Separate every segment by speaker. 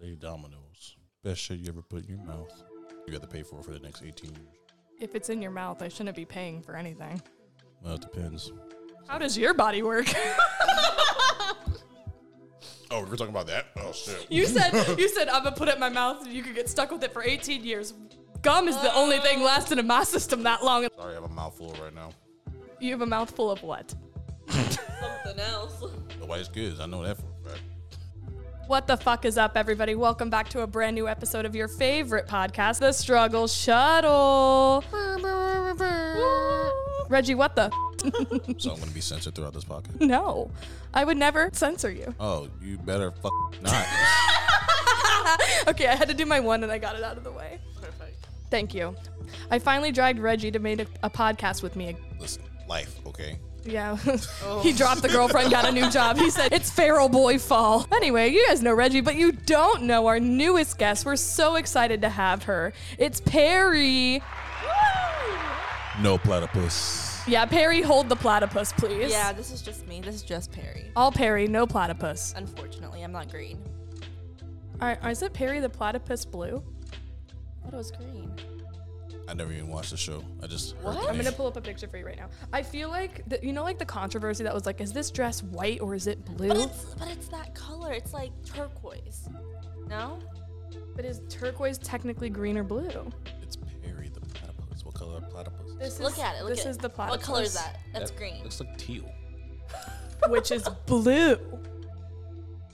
Speaker 1: They Domino's. Best shit you ever put in your mouth. You got to pay for it for the next 18 years.
Speaker 2: If it's in your mouth, I shouldn't be paying for anything.
Speaker 1: Well, it depends.
Speaker 2: How does your body work?
Speaker 1: Oh, we're talking about that? Oh, shit.
Speaker 2: you said you said I'm gonna put it in my mouth. and You could get stuck with it for 18 years. Gum is the only thing lasting in my system that long.
Speaker 1: Sorry, I have a mouthful right now.
Speaker 2: You have a mouthful of what?
Speaker 3: Something else.
Speaker 1: The white's good. I know that for a fact.
Speaker 2: What the fuck is up, everybody? Welcome back to a brand new episode of your favorite podcast, The Struggle Shuttle. Reggie, what the?
Speaker 1: So I'm going to be censored throughout this podcast.
Speaker 2: No, I would never censor you.
Speaker 1: Oh, you better fuck not.
Speaker 2: Okay, I had to do my one and I got it out of the way.
Speaker 3: Perfect.
Speaker 2: Thank you. I finally dragged Reggie to make a, a podcast with me.
Speaker 1: Listen, life, okay?
Speaker 2: Yeah. he dropped the girlfriend, got a new job. He said, It's feral boy fall. Anyway, you guys know Reggie, but you don't know our newest guest. We're so excited to have her. It's Perry.
Speaker 1: No platypus.
Speaker 2: Yeah, Perry, hold the platypus, please.
Speaker 3: Yeah, this is just me. This is just Perry.
Speaker 2: All Perry, no platypus.
Speaker 3: Unfortunately, I'm not green.
Speaker 2: All right, is it Perry the platypus blue?
Speaker 3: What was green?
Speaker 1: I never even watched the show. I just. heard
Speaker 3: What?
Speaker 1: the
Speaker 2: I'm gonna
Speaker 1: name.
Speaker 2: pull up a picture for you right now. I feel like the, you know, like the controversy that was like, is this dress white or is it blue?
Speaker 3: But it's but it's that color. It's like turquoise. No?
Speaker 2: But is turquoise technically green or blue?
Speaker 1: It's Perry the platypus. What color platypus?
Speaker 2: This
Speaker 3: Look at it. Look
Speaker 2: this
Speaker 3: at
Speaker 2: is
Speaker 3: it.
Speaker 2: the platypus.
Speaker 3: What color is that? That's
Speaker 1: That
Speaker 3: green.
Speaker 1: Looks like teal.
Speaker 2: Which is blue.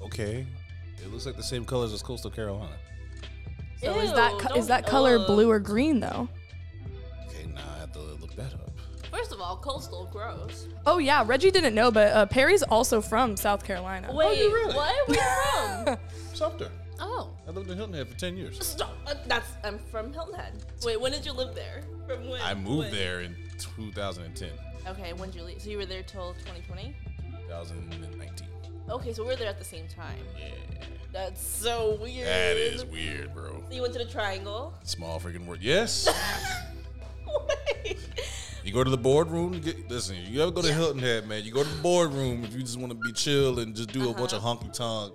Speaker 1: Okay. It looks like the same colors as Coastal Carolina.
Speaker 2: So is that
Speaker 3: Ew,
Speaker 2: co- is
Speaker 3: don't-
Speaker 2: that color
Speaker 3: ugh.
Speaker 2: blue or green though?
Speaker 1: Okay, nah, I have to look that up.
Speaker 3: First of all, coastal gross.
Speaker 2: Oh yeah, Reggie didn't know, but uh, Perry's also from South Carolina.
Speaker 3: Wait,
Speaker 1: you really?
Speaker 3: what? Where you from?
Speaker 1: Sumter.
Speaker 3: oh.
Speaker 1: I lived in Hilton Head for 10 years.
Speaker 3: Stop. Uh, that's I'm from Hilton Head. Wait, when did you live there? From when?
Speaker 1: I moved
Speaker 3: when?
Speaker 1: there in 2010,
Speaker 3: Okay, when did you leave? So you were there till 2020?
Speaker 1: 2019.
Speaker 3: Okay, so we were there at the same time.
Speaker 1: Yeah.
Speaker 3: That's so weird.
Speaker 1: That is weird, bro.
Speaker 3: So you went to the Triangle.
Speaker 1: Small freaking word. Yes.
Speaker 3: Wait.
Speaker 1: You go to the boardroom. to Get, listen, you ever go to Hilton Head, man? You go to the boardroom if you just want to be chill and just do a bunch of honky tonk,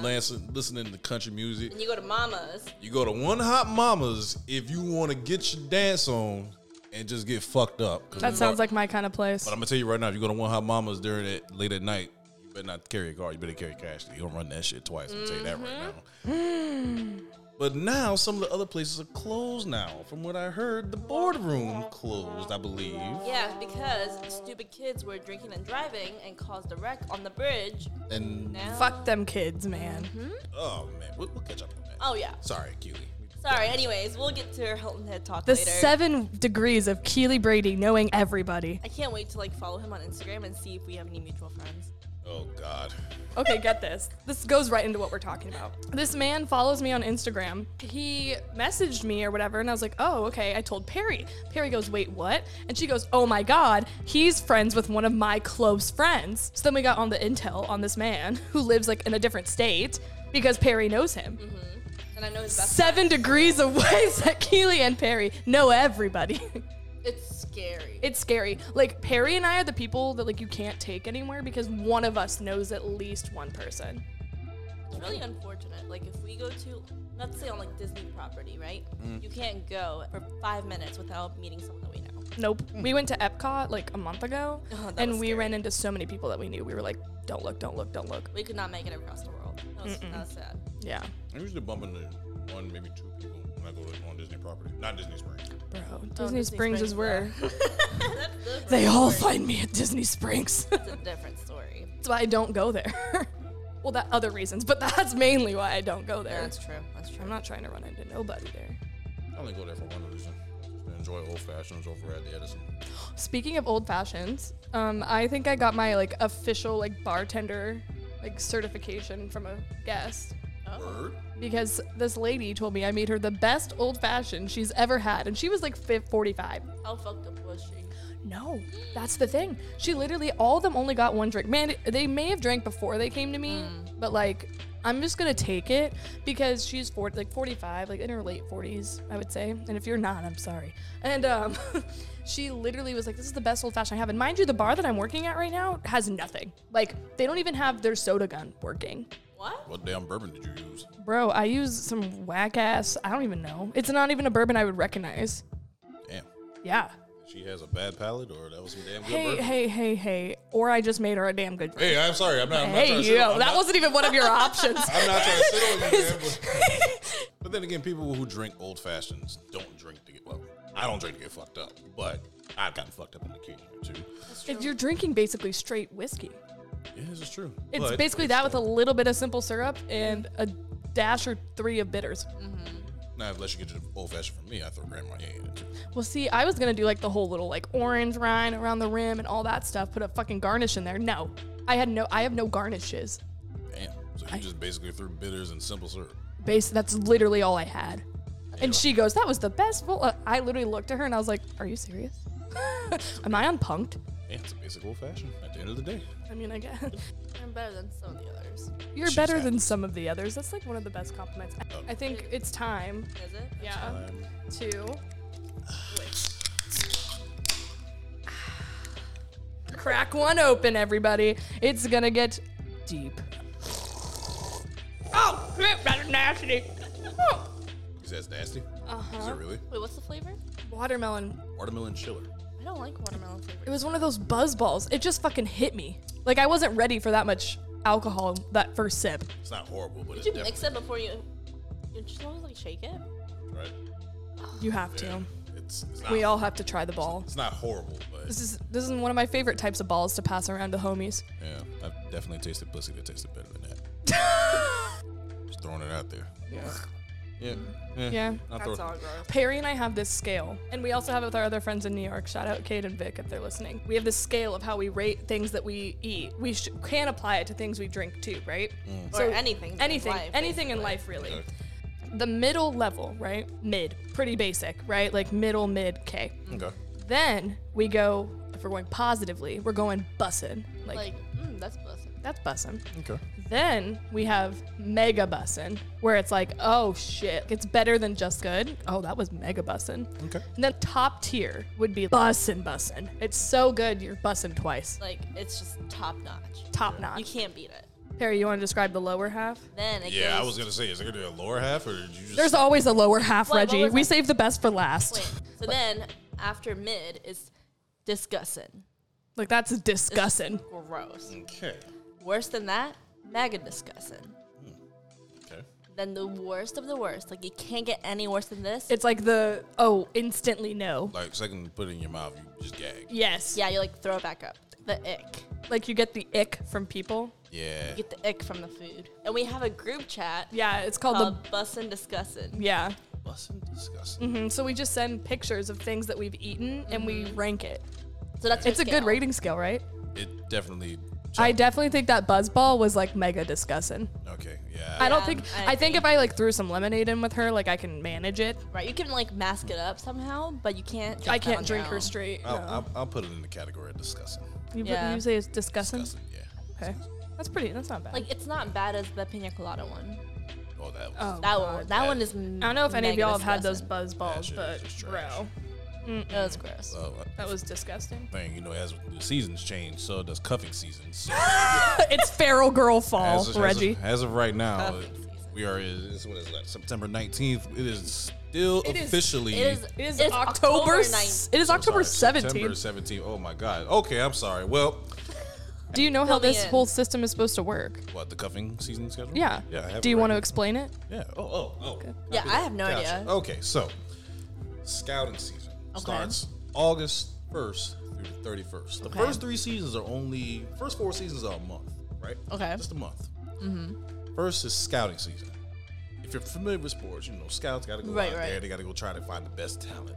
Speaker 1: lancing, listening to country music.
Speaker 3: And you go to Mama's.
Speaker 1: You go to One Hot Mamas if you want to get your dance on and just get fucked up. 'Cause
Speaker 2: That
Speaker 1: we
Speaker 2: sounds
Speaker 1: are-
Speaker 2: like my kind of place.
Speaker 1: But I'm gonna tell you right now, if you go to One Hot Mamas during that late at night, you better not carry a card. You better carry cash. You don't run that shit twice. I'm tell you that right now.
Speaker 3: Mm-hmm.
Speaker 1: but now some of the other places are closed now. From what I heard, the boardroom closed, I believe.
Speaker 3: Yeah, because stupid kids were drinking and driving and caused a wreck on the bridge.
Speaker 1: And
Speaker 3: Now.
Speaker 2: Fuck them kids, man.
Speaker 3: Mm-hmm.
Speaker 1: oh man, we'll, we'll catch up on that.
Speaker 3: Oh yeah.
Speaker 1: Sorry, Keely.
Speaker 3: Sorry. Anyways, we'll get to our Hilton Head talk
Speaker 2: The
Speaker 3: later.
Speaker 2: seven degrees of Keely Brady knowing everybody.
Speaker 3: I can't wait to like follow him on Instagram and see if we have any mutual friends.
Speaker 1: Oh God.
Speaker 2: Okay, get this. This goes right into what we're talking about. This man follows me on Instagram. He messaged me or whatever, and I was like, oh, okay. I told Perry. Perry goes, wait, what? And she goes, oh my God, he's friends with one of my close friends. So then we got on the intel on this man who lives like in a different state because Perry knows him.
Speaker 3: And I know his best.
Speaker 2: Seven degrees of ways that Keely and Perry know everybody.
Speaker 3: It's scary.
Speaker 2: it's scary. Like Perry and I are the people that like you can't take anywhere because one of us knows at least one person.
Speaker 3: It's really unfortunate. Like if we go to, let's say on like Disney property, right? You can't go for five minutes without meeting someone that we know.
Speaker 2: Nope. We went to Epcot like a month ago,
Speaker 3: Oh, that
Speaker 2: and
Speaker 3: was
Speaker 2: we
Speaker 3: scary.
Speaker 2: ran into so many people that we knew. We were like, "Don't look, don't look, don't look."
Speaker 3: We could not make it across the world. That was, that was sad.
Speaker 2: Yeah,
Speaker 1: I'm usually bumping into one, maybe two people when I go to, on Disney property. Not Disney Springs.
Speaker 2: bro. Disney,
Speaker 3: Disney
Speaker 2: Springs, is
Speaker 3: Springs,
Speaker 2: where
Speaker 3: That's different.
Speaker 2: they all find me at Disney Springs. that's
Speaker 3: It's a different story.
Speaker 2: why I don't go there. well, that other reasons, but that's mainly why I don't go there.
Speaker 3: true. That's true.
Speaker 2: I'm not trying to run into nobody there.
Speaker 1: I only go there for one reason. Just to enjoy old fashions over at the Edison.
Speaker 2: Speaking of old fashions, um, I think I got my like official like bartender like certification from a guest.
Speaker 3: Oh.
Speaker 1: Word.
Speaker 2: because this lady told me I made her the best old fashioned she's ever had, and she was like fi- 45.
Speaker 3: How fucked up was she?
Speaker 2: No, that's the thing. She literally, all of them only got one drink. Man, they may have drank before they came to me, but like, I'm just gonna take it because she's 40, like 45, like in her late 40s, I would say. And if you're not, I'm sorry. And um, she literally was like, "This is the best old fashioned I have." And mind you, the bar that I'm working at right now has nothing. Like, they don't even have their soda gun working.
Speaker 3: What?
Speaker 1: What damn bourbon did you use?
Speaker 2: Bro, I use some whack ass. I don't even know. It's not even a bourbon I would recognize.
Speaker 1: Damn.
Speaker 2: Yeah.
Speaker 1: She has a bad palate, or that was some damn good
Speaker 2: Hey,
Speaker 1: bourbon.
Speaker 2: hey, hey, hey. Or I just made her a damn good.
Speaker 1: Hey, I'm sorry. I'm not. I'm not
Speaker 2: Hey,
Speaker 1: trying to
Speaker 2: yo,
Speaker 1: sit on, I'm
Speaker 2: that
Speaker 1: not,
Speaker 2: wasn't even one of your options.
Speaker 1: I'm not trying to sit on you, man. But, but then again, people who drink old fashions don't drink to get well. I don't drink to get fucked up, but I've gotten fucked up in the occasion or two.
Speaker 2: If you're drinking basically straight whiskey,
Speaker 1: Yeah, this is true.
Speaker 2: it's
Speaker 1: But
Speaker 2: basically that with a little bit of simple syrup and
Speaker 1: Mm.
Speaker 2: a dash or three of bitters.
Speaker 1: Now, unless you get to the old fashioned from me, I throw Grand Marnier in it too.
Speaker 2: Well, see, I was gonna do like the whole little like orange rind around the rim and all that stuff, put a fucking garnish in there. No, I had no, I have no garnishes.
Speaker 1: Damn. So you just basically threw bitters and simple syrup.
Speaker 2: Base, that's literally all I had. And she goes, "That was the best." Bowl. Uh, I literally looked at her and I was like, "Are you serious? Am I unpunked?"
Speaker 1: Yeah, it's a basic old fashioned at the end of the day.
Speaker 2: I mean, I guess
Speaker 3: I'm better than some of the others.
Speaker 2: you're
Speaker 1: She's
Speaker 2: better than
Speaker 1: happy.
Speaker 2: some of the others. That's like one of the best compliments. I, I think it's time.
Speaker 3: Is it?
Speaker 2: Yeah.
Speaker 1: Um,
Speaker 2: To crack one open, everybody. It's gonna get deep. Oh, shit, that's nasty. Oh.
Speaker 1: is that nasty? Uh-huh. Is it really?
Speaker 3: Wait, what's the flavor?
Speaker 2: Watermelon.
Speaker 1: Watermelon chiller.
Speaker 3: I don't like watermelon flavor.
Speaker 2: It was one of those buzz balls. It just fucking hit me. Like I wasn't ready for that much alcohol that first sip.
Speaker 1: It's not horrible, but it's
Speaker 3: Did you mix
Speaker 1: definitely
Speaker 3: it before you? You just always like shake it.
Speaker 1: right.
Speaker 2: You have
Speaker 1: Yeah.
Speaker 2: to.
Speaker 1: It's, it's not,
Speaker 2: We all have to try the ball.
Speaker 1: It's not horrible, but
Speaker 2: This is this is one of my favorite types of balls to pass around to homies.
Speaker 1: yeah, I've definitely tasted pussy that tasted better than that. Just throwing it out there.
Speaker 2: Yeah.
Speaker 1: Yeah.
Speaker 2: Yeah.
Speaker 1: I'll throw-
Speaker 3: gross.
Speaker 2: Perry and I have this scale, and we also have it with our other friends in New York. Shout out Kate and Vic if they're listening. We have this scale of how we rate things that we eat. We sh- can apply it to things we drink too, right?
Speaker 1: Mm.
Speaker 3: or anything.
Speaker 2: anything,
Speaker 3: In life,
Speaker 2: anything in
Speaker 3: basically.
Speaker 2: life, really.
Speaker 1: Okay.
Speaker 2: The middle level, right? Mid, pretty basic, right? Like middle, mid, K.
Speaker 1: Okay.
Speaker 2: Then we go. If we're going positively, we're going bussin'. Like,
Speaker 3: Like, mm, that's blessing.
Speaker 2: that's bussin'.
Speaker 1: Okay.
Speaker 2: Then we have mega bussin', where it's like, oh shit, it's better than just good. Oh, that was mega bussin'.
Speaker 1: Okay.
Speaker 2: And then top tier would be bussin' bussin'. It's so good, you're bussin' twice.
Speaker 3: Like, it's just top notch.
Speaker 2: Top
Speaker 3: You
Speaker 2: notch.
Speaker 3: can't beat it.
Speaker 2: Perry, you want to describe the lower half?
Speaker 3: Then it
Speaker 1: Yeah,
Speaker 3: goes,
Speaker 1: I was gonna say, is it gonna be a lower half or did you just?
Speaker 2: There's always a lower half,
Speaker 3: Wait, what
Speaker 2: Reggie.
Speaker 3: was
Speaker 2: We
Speaker 3: that?
Speaker 2: save the best for last.
Speaker 3: Wait. So then after mid is discussing.
Speaker 2: Like that's disgusting.
Speaker 3: Gross.
Speaker 1: okay.
Speaker 3: Worse than that, mega discussing.
Speaker 1: Okay.
Speaker 3: Then the worst of the worst. Like you can't get any worse than this.
Speaker 2: It's like the oh, instantly no.
Speaker 1: Like second, to put it in your mouth, you just gag.
Speaker 2: Yes.
Speaker 3: yeah, you like throw it back up. The ick.
Speaker 2: Like you get the ick from people.
Speaker 1: Yeah.
Speaker 3: Get the ick from the food. And we have a group chat
Speaker 2: Yeah, it's called
Speaker 3: called Bussin' Discussin'.
Speaker 2: the yeah.
Speaker 1: Bussin' disgusting.
Speaker 2: Mhm, So we just send pictures of things that we've eaten and we rank it.
Speaker 3: So that's your
Speaker 2: It's a good
Speaker 3: Mm-hmm. scale.
Speaker 2: rating scale, right?
Speaker 1: It definitely.
Speaker 2: Mm-hmm. I definitely think that buzzball was like mega disgusting.
Speaker 1: okay. Yeah.
Speaker 2: I don't
Speaker 3: Yeah,
Speaker 2: think
Speaker 3: I
Speaker 2: I, think if I like threw some lemonade in with her, like I can manage it.
Speaker 3: Right, you can like mask it up somehow, but you can't.
Speaker 2: I
Speaker 3: drink that
Speaker 2: can't
Speaker 3: on
Speaker 2: drink
Speaker 3: your
Speaker 2: her
Speaker 3: own.
Speaker 2: straight.
Speaker 1: I'll,
Speaker 2: no.
Speaker 1: I'll, I'll put it in the category of disgusting.
Speaker 2: you,
Speaker 3: Yeah.
Speaker 2: you say it's disgusting?
Speaker 1: Disgusting. Yeah.
Speaker 2: Okay. That's pretty that's not bad.
Speaker 3: Like it's not bad as the pina colada one.
Speaker 1: Oh, that was.
Speaker 2: Oh.
Speaker 3: That one, that
Speaker 1: Yeah.
Speaker 3: one is.
Speaker 2: I don't know if any of y'all have had those buzz
Speaker 1: That
Speaker 2: balls,
Speaker 1: shit
Speaker 2: but
Speaker 1: is just
Speaker 2: bro,
Speaker 1: trash.
Speaker 3: That was gross.
Speaker 1: Oh, uh,
Speaker 2: that was disgusting.
Speaker 1: thing. You know, as the seasons change, so does cuffing season. So
Speaker 2: it's feral girl fall,
Speaker 1: as, of- as of-
Speaker 2: Reggie.
Speaker 1: As of, right now,
Speaker 3: Cuffing season.
Speaker 1: we are. It's what is that? September nineteenth. It is still
Speaker 2: It is-
Speaker 1: officially.
Speaker 3: It is.
Speaker 2: It is
Speaker 3: it's
Speaker 2: October. s-
Speaker 3: 9th.
Speaker 2: It is
Speaker 1: I'm
Speaker 2: October
Speaker 1: sorry, September
Speaker 2: seventeenth.
Speaker 1: seventeenth. Oh my God. Okay, I'm sorry. Well,
Speaker 2: Do you know how
Speaker 3: Fill me
Speaker 2: this
Speaker 3: in.
Speaker 2: whole system is supposed to work?
Speaker 1: what the cuffing season schedule?
Speaker 2: Yeah.
Speaker 1: Yeah. I have it
Speaker 2: Do you
Speaker 1: right
Speaker 2: want to
Speaker 1: here.
Speaker 2: explain it?
Speaker 1: Yeah. Oh. Oh. Oh.
Speaker 3: Yeah,
Speaker 1: Copy
Speaker 3: I
Speaker 1: that.
Speaker 3: have no idea.
Speaker 1: Okay, so scouting season starts August first through the thirty first. The
Speaker 3: Okay.
Speaker 1: first three seasons are only first four seasons are a month, right?
Speaker 3: Okay. Mm-hmm.
Speaker 1: just a month. First is scouting season. If you're familiar with sports, you know scouts got to go
Speaker 3: Right,
Speaker 1: out
Speaker 3: right.
Speaker 1: there. They got to go try to find the best talent.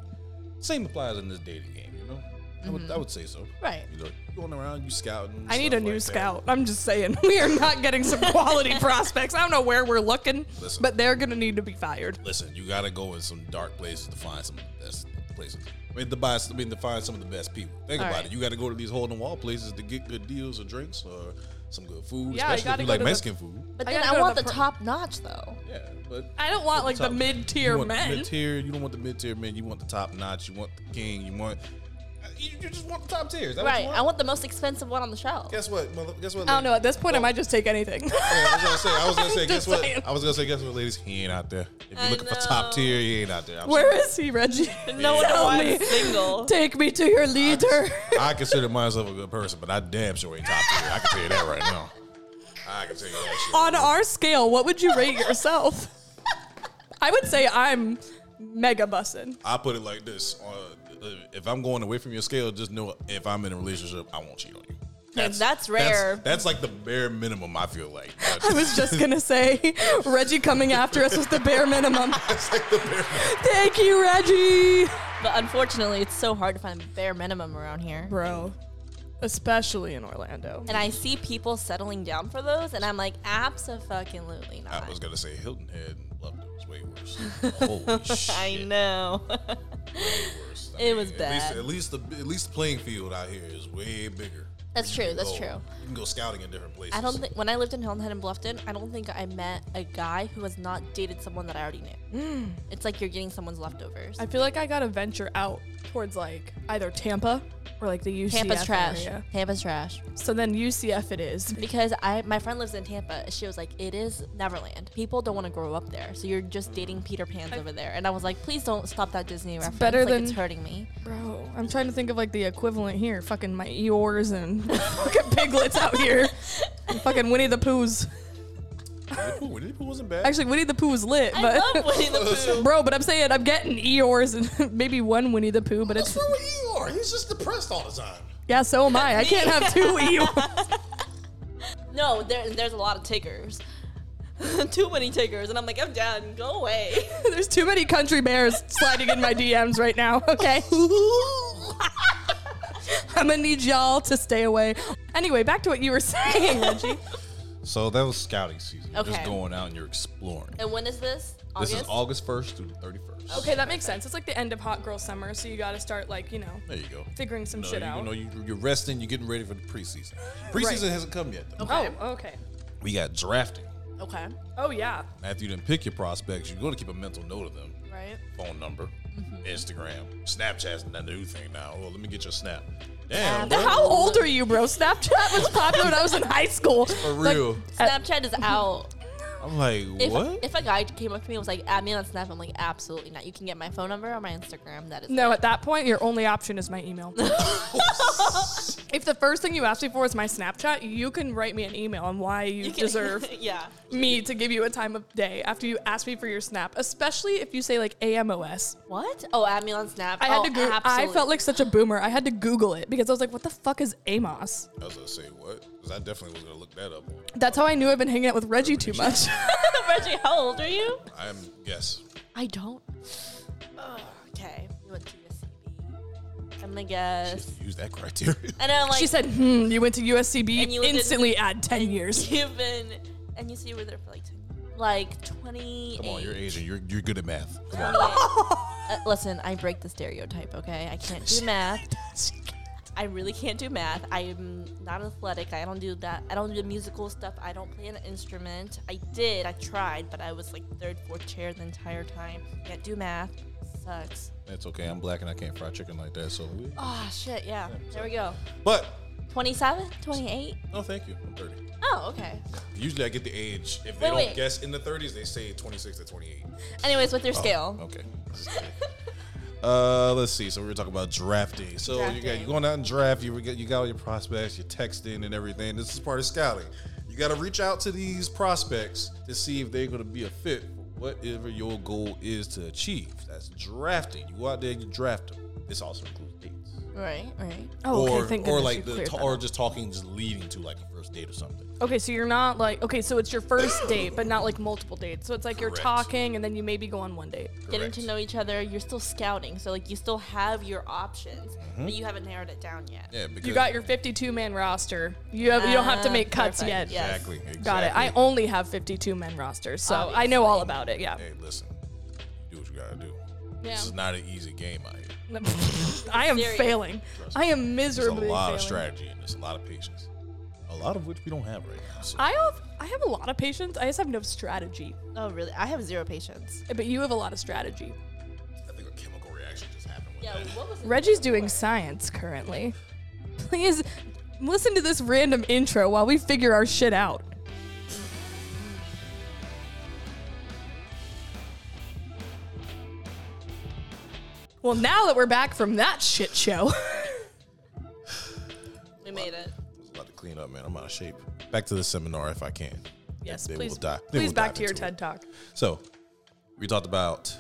Speaker 1: Same applies in this dating game, you know. I, would, I would say so.
Speaker 3: Mm-hmm. Right.
Speaker 1: You know, you going around, you scouting.
Speaker 2: I need
Speaker 1: stuff
Speaker 2: a new
Speaker 1: like that.
Speaker 2: scout. I'm just saying, we are not getting some quality prospects. I don't know where we're looking,
Speaker 1: Listen.
Speaker 2: but they're gonna need to be fired.
Speaker 1: listen, you gotta go in some dark places to find some of the best places. I mean, to buy, I mean, to find some of the best people. Think
Speaker 3: All
Speaker 1: about
Speaker 3: right.
Speaker 1: it. You gotta go to these hole in the wall places to get good deals or drinks or some good food,
Speaker 2: Yeah, you
Speaker 1: especially if
Speaker 2: gotta
Speaker 1: you
Speaker 2: go
Speaker 1: like
Speaker 2: to the-
Speaker 1: Mexican food.
Speaker 3: But
Speaker 2: I
Speaker 3: then
Speaker 2: gotta
Speaker 3: I,
Speaker 2: go to
Speaker 3: want
Speaker 2: the
Speaker 3: the,
Speaker 2: pro-
Speaker 3: top notch though.
Speaker 1: Yeah, but
Speaker 2: I don't want like the
Speaker 1: top-
Speaker 2: mid tier
Speaker 1: you want
Speaker 2: men.
Speaker 1: Mid tier, you don't want the mid tier men. You want the top notch. You want the king. You want. You, you just want the top tier. Is that what you
Speaker 3: Right. I want the most expensive one on the shelf.
Speaker 1: Guess what? Mother, guess what?
Speaker 2: I don't
Speaker 1: lady?
Speaker 2: know. At this point, I might just take anything.
Speaker 1: Yeah, I was gonna say. I was gonna say.
Speaker 2: I'm
Speaker 1: guess
Speaker 2: just
Speaker 1: what?
Speaker 2: saying.
Speaker 1: I was gonna say. Guess what, ladies? He ain't out there. If you're
Speaker 3: I
Speaker 1: looking for top
Speaker 3: know.
Speaker 1: tier, he ain't out there. I'm
Speaker 2: Where is he, Reggie?
Speaker 3: No wonder
Speaker 2: Tell
Speaker 3: why
Speaker 2: me.
Speaker 3: I'm single.
Speaker 2: Take me to your leader.
Speaker 1: sorry. I consider myself a good person, but I damn sure ain't top tier. I can tell you that right now. I can tell you that shit.
Speaker 2: On our scale, what would you rate yourself? I would say I'm mega bussin.
Speaker 1: I put it like this: uh, if I'm going away from your scale, just know if I'm in a relationship, I won't cheat on you.
Speaker 3: that's rare.
Speaker 1: That's, like the bare minimum. I feel like.
Speaker 2: I was just gonna say Reggie coming after us was the bare minimum.
Speaker 1: That's like the bare.
Speaker 2: Thank you, Reggie.
Speaker 3: But unfortunately, it's so hard to find the bare minimum around here.
Speaker 2: Bro, especially in Orlando.
Speaker 3: And I see people settling down for those, and I'm like, absolutely not.
Speaker 1: I was gonna say Hilton Head and Loveland was way worse. Holy shit!
Speaker 3: I know.
Speaker 1: worse. I
Speaker 3: It was bad.
Speaker 1: At least, at least the at least the playing field out here is way bigger.
Speaker 3: That's true. That's
Speaker 1: Go-
Speaker 3: true.
Speaker 1: You can go scouting in different places.
Speaker 3: I don't think when I lived in Hilton Head and Bluffton, I don't think I met a guy who has not dated someone that I already knew.
Speaker 2: Mm.
Speaker 3: It's like you're getting someone's leftovers.
Speaker 2: I feel like I gotta venture out towards like either Tampa or like the UCF
Speaker 3: Tampa's trash.
Speaker 2: area.
Speaker 3: Tampa's trash.
Speaker 2: So then UCF it is.
Speaker 3: Because I my friend lives in Tampa. She was like, it is Neverland. People don't want to grow up there, so you're just dating Peter Pan's over there. And I was like, please don't stop that Disney reference.
Speaker 2: better
Speaker 3: like,
Speaker 2: than-
Speaker 3: it's hurting me.
Speaker 2: Bro, I'm trying to think of like the equivalent here. Fucking my Eeyores and fucking piglets out here. And fucking Winnie the Pooh's.
Speaker 1: Ooh, Winnie the Pooh wasn't bad.
Speaker 2: Actually, Winnie the Pooh is lit,
Speaker 3: I
Speaker 2: but
Speaker 3: love Winnie the Pooh.
Speaker 2: bro, but I'm saying I'm getting Eeyores and maybe one Winnie the Pooh, but
Speaker 1: What's
Speaker 2: it's
Speaker 1: wrong with Eeyore? He's just depressed all the time.
Speaker 2: yeah, so am I. I can't have two Eeyores.
Speaker 3: No, there, there's a lot of Tiggers. Too many Tiggers, and I'm like, I'm done. Go away.
Speaker 2: There's too many country bears sliding in my DMs right now, okay? I'm gonna need y'all to stay away. Anyway, back to what you were saying, Reggie.
Speaker 1: So that was scouting season. You're just
Speaker 3: Okay.
Speaker 1: going out and you're exploring.
Speaker 3: and when is this?
Speaker 1: This
Speaker 3: August.
Speaker 1: is August 1st through the 31st.
Speaker 2: Okay, that makes sense. It's like the end of hot girl summer, so you gotta start like, you know,
Speaker 1: There you go.
Speaker 2: figuring some
Speaker 1: No,
Speaker 2: shit
Speaker 1: you,
Speaker 2: out.
Speaker 1: you know, you, you're resting. You're getting ready for the preseason. Preseason hasn't come yet, though.
Speaker 2: Oh, okay.
Speaker 1: We got drafting.
Speaker 3: okay.
Speaker 2: Oh yeah.
Speaker 1: After you didn't pick your prospects, you're going to keep a mental note of them.
Speaker 3: Right.
Speaker 1: Phone number, Instagram, Snapchat's not the new thing now. Oh, let me get your snap. Damn,
Speaker 3: Snap.
Speaker 1: bro.
Speaker 2: How old are you, bro? Snapchat was popular when I was in high school.
Speaker 1: For real.
Speaker 2: Uh,
Speaker 3: Snapchat is out.
Speaker 1: I'm like,
Speaker 3: If,
Speaker 1: what?
Speaker 3: If a guy came up to me and was like, add me on Snap, I'm like, absolutely not. You can get my phone number or my Instagram. That is
Speaker 2: No, at that point, your only option is my email. if the first thing you ask me for is my Snapchat, you can write me an email on why you,
Speaker 3: You can-
Speaker 2: deserve
Speaker 3: yeah.
Speaker 2: me to give you a time of day after you ask me for your Snap, especially if you say like AMOS.
Speaker 3: What? Oh, add me on Snap.
Speaker 2: I had
Speaker 3: oh,
Speaker 2: to Google. I
Speaker 3: absolutely.
Speaker 2: felt like such a boomer. I had to Google it because I was like, "What the fuck is AMOS?"
Speaker 1: I was going to say, what? Because I definitely was going to look that up.
Speaker 2: That's how I knew I've been hanging out with Reggie too much.
Speaker 3: Reggie, how old are you?
Speaker 1: I'm, yes.
Speaker 3: I don't. okay. You went to USCB. I'm gonna guess.
Speaker 1: Use that criteria.
Speaker 3: And I'm like,
Speaker 2: she said, "Hmm, you went to USCB.
Speaker 3: And you lived in-
Speaker 2: instantly add ten years."
Speaker 3: you've been, and you see you were there for like 10 Like 28.
Speaker 1: Come on, you're Asian. You're, you're good at math. Come on.
Speaker 3: Uh, listen, I break the stereotype, okay? I can't do math. I really can't do math. I'm not athletic. I don't do that. I don't do musical stuff. I don't play an instrument. I did. I tried, but I was like third, fourth chair the entire time. Can't do math. Sucks.
Speaker 1: That's okay. I'm black and I can't fry chicken like that. So, we-
Speaker 3: Oh, shit. Yeah. There we go.
Speaker 1: but
Speaker 3: 27? 28?
Speaker 1: no, thank you. I'm 30.
Speaker 3: Oh, okay.
Speaker 1: Usually, I get the age. If they
Speaker 3: Wait,
Speaker 1: don't
Speaker 3: wait.
Speaker 1: guess in the 30s, they say 26 to 28.
Speaker 3: Anyways, with your
Speaker 1: Oh,
Speaker 3: scale.
Speaker 1: Okay. Uh, let's see. So we were talking about drafting. So you got
Speaker 3: Drafting.
Speaker 1: you going out and draft. You get you got all your prospects. You're texting and everything. This is part of scouting. You got to reach out to these prospects to see if they're going to be a fit for whatever your goal is to achieve. That's drafting. You go out there, you draft them. This also includes dates,
Speaker 3: Right, right.
Speaker 2: Oh, okay.
Speaker 1: or
Speaker 2: thank
Speaker 1: or
Speaker 2: goodness you
Speaker 1: like the
Speaker 2: cleared
Speaker 1: ta-
Speaker 2: that
Speaker 1: or
Speaker 2: up.
Speaker 1: just talking, just leading to like a first date or something.
Speaker 2: Okay, so you're not like okay, so it's your first date, but not like multiple dates. So it's like
Speaker 1: Correct.
Speaker 2: you're talking and then you maybe go on one date.
Speaker 3: Getting
Speaker 1: Correct.
Speaker 3: to know each other, you're still scouting. So, like, you still have your options, but you haven't narrowed it down yet.
Speaker 1: Mm-hmm. Yeah, because
Speaker 2: You got your 52 man roster. You have you don't have to
Speaker 3: Ah,
Speaker 2: make cuts yet.
Speaker 3: perfect. Yeah. Yes.
Speaker 1: exactly, exactly.
Speaker 2: Got it. I only have 52 men rosters, so I know all about it. Yeah.
Speaker 1: hey, listen, do what you gotta do.
Speaker 2: Yeah.
Speaker 1: This is not an easy game out here.
Speaker 2: I am
Speaker 3: Serious.
Speaker 2: failing. I am
Speaker 1: There's a
Speaker 2: miserably
Speaker 1: lot of
Speaker 2: failing.
Speaker 1: strategy and there's a lot of patience. A lot of which we don't have right now. So
Speaker 2: I have I have a lot of patience. I just have no strategy.
Speaker 3: Oh, really? I have zero patience.
Speaker 2: But you have a lot of strategy.
Speaker 1: I think a chemical reaction just happened
Speaker 3: Yeah, what was it?
Speaker 2: Reggie's doing science currently. Please listen to this random intro while we figure our shit out. Well, now that we're back from that shit show,
Speaker 3: We made it.
Speaker 1: There's a lot to clean up, man. I'm out of shape. Back to the seminar if I can.
Speaker 2: yes,
Speaker 1: They will
Speaker 2: please,
Speaker 1: die- they
Speaker 2: please
Speaker 1: will
Speaker 2: back
Speaker 1: dive
Speaker 2: to your
Speaker 1: into it.
Speaker 2: TED Talk.
Speaker 1: So we talked about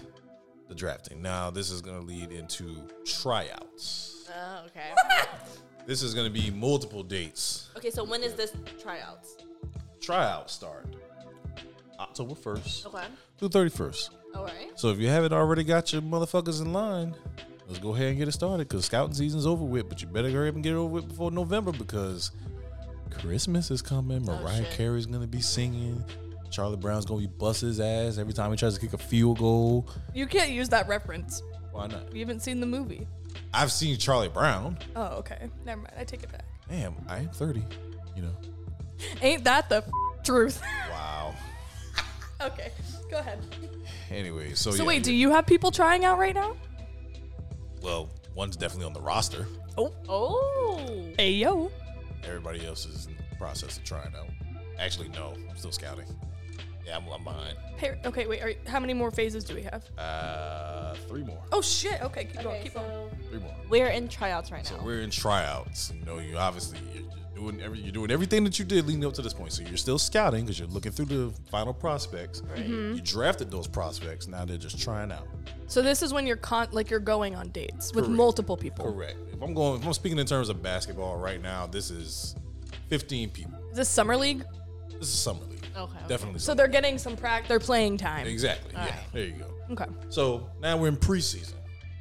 Speaker 1: the drafting. Now this is going to lead into tryouts.
Speaker 3: Oh, okay.
Speaker 1: This is going to be multiple dates.
Speaker 3: okay, so when is this tryouts?
Speaker 1: Tryouts start October 1st
Speaker 3: Okay.
Speaker 1: through 31st.
Speaker 3: All Oh, right.
Speaker 1: So if you haven't already got your motherfuckers in line, let's go ahead and get it started because scouting season's over with. But you better hurry up and get it over with before November because Christmas is coming.
Speaker 2: Oh,
Speaker 1: Mariah
Speaker 3: shit.
Speaker 1: Carey's gonna be singing. Charlie Brown's gonna be busting his ass every time he tries to kick a field goal.
Speaker 2: You can't use that reference.
Speaker 1: Why not?
Speaker 2: You haven't seen the movie.
Speaker 1: I've seen Charlie Brown.
Speaker 2: Oh, okay. Never mind. I take it back.
Speaker 1: Damn, I am 30. You know.
Speaker 2: Ain't that the f- truth?
Speaker 1: Wow.
Speaker 2: okay, go ahead.
Speaker 1: Anyway, so
Speaker 2: So
Speaker 1: yeah,
Speaker 2: wait, do you have people trying out right now?
Speaker 1: well, one's definitely on the roster.
Speaker 2: Oh,
Speaker 3: Oh.
Speaker 2: hey yo.
Speaker 1: Everybody else is in the process of trying out. Actually, no, I'm still scouting. Yeah, I'm, I'm behind.
Speaker 2: Par- okay, wait. Are, how many more phases do we have?
Speaker 1: Uh, three more.
Speaker 2: Oh shit. Okay, keep going.
Speaker 3: Okay,
Speaker 2: Keep going.
Speaker 3: so
Speaker 1: Three more.
Speaker 3: we're in tryouts right
Speaker 1: So
Speaker 3: now.
Speaker 1: we're in tryouts. You know, you obviously you're you're doing every you're doing everything that you did leading up to this point. So you're still scouting because you're looking through the final prospects.
Speaker 3: Mm-hmm.
Speaker 1: You drafted those prospects. Now they're just trying out.
Speaker 2: So this is when you're con- like you're going on dates with
Speaker 1: Correct.
Speaker 2: multiple people.
Speaker 1: Correct. If I'm going, if I'm speaking in terms of basketball right now, this is 15 people.
Speaker 2: Is this summer league?
Speaker 1: This is summer league.
Speaker 3: Okay, okay.
Speaker 1: Definitely.
Speaker 2: So
Speaker 1: Summer.
Speaker 2: they're getting some practice. They're playing time.
Speaker 1: exactly. yeah.
Speaker 3: right.
Speaker 1: There you go.
Speaker 2: Okay.
Speaker 1: So now we're in preseason.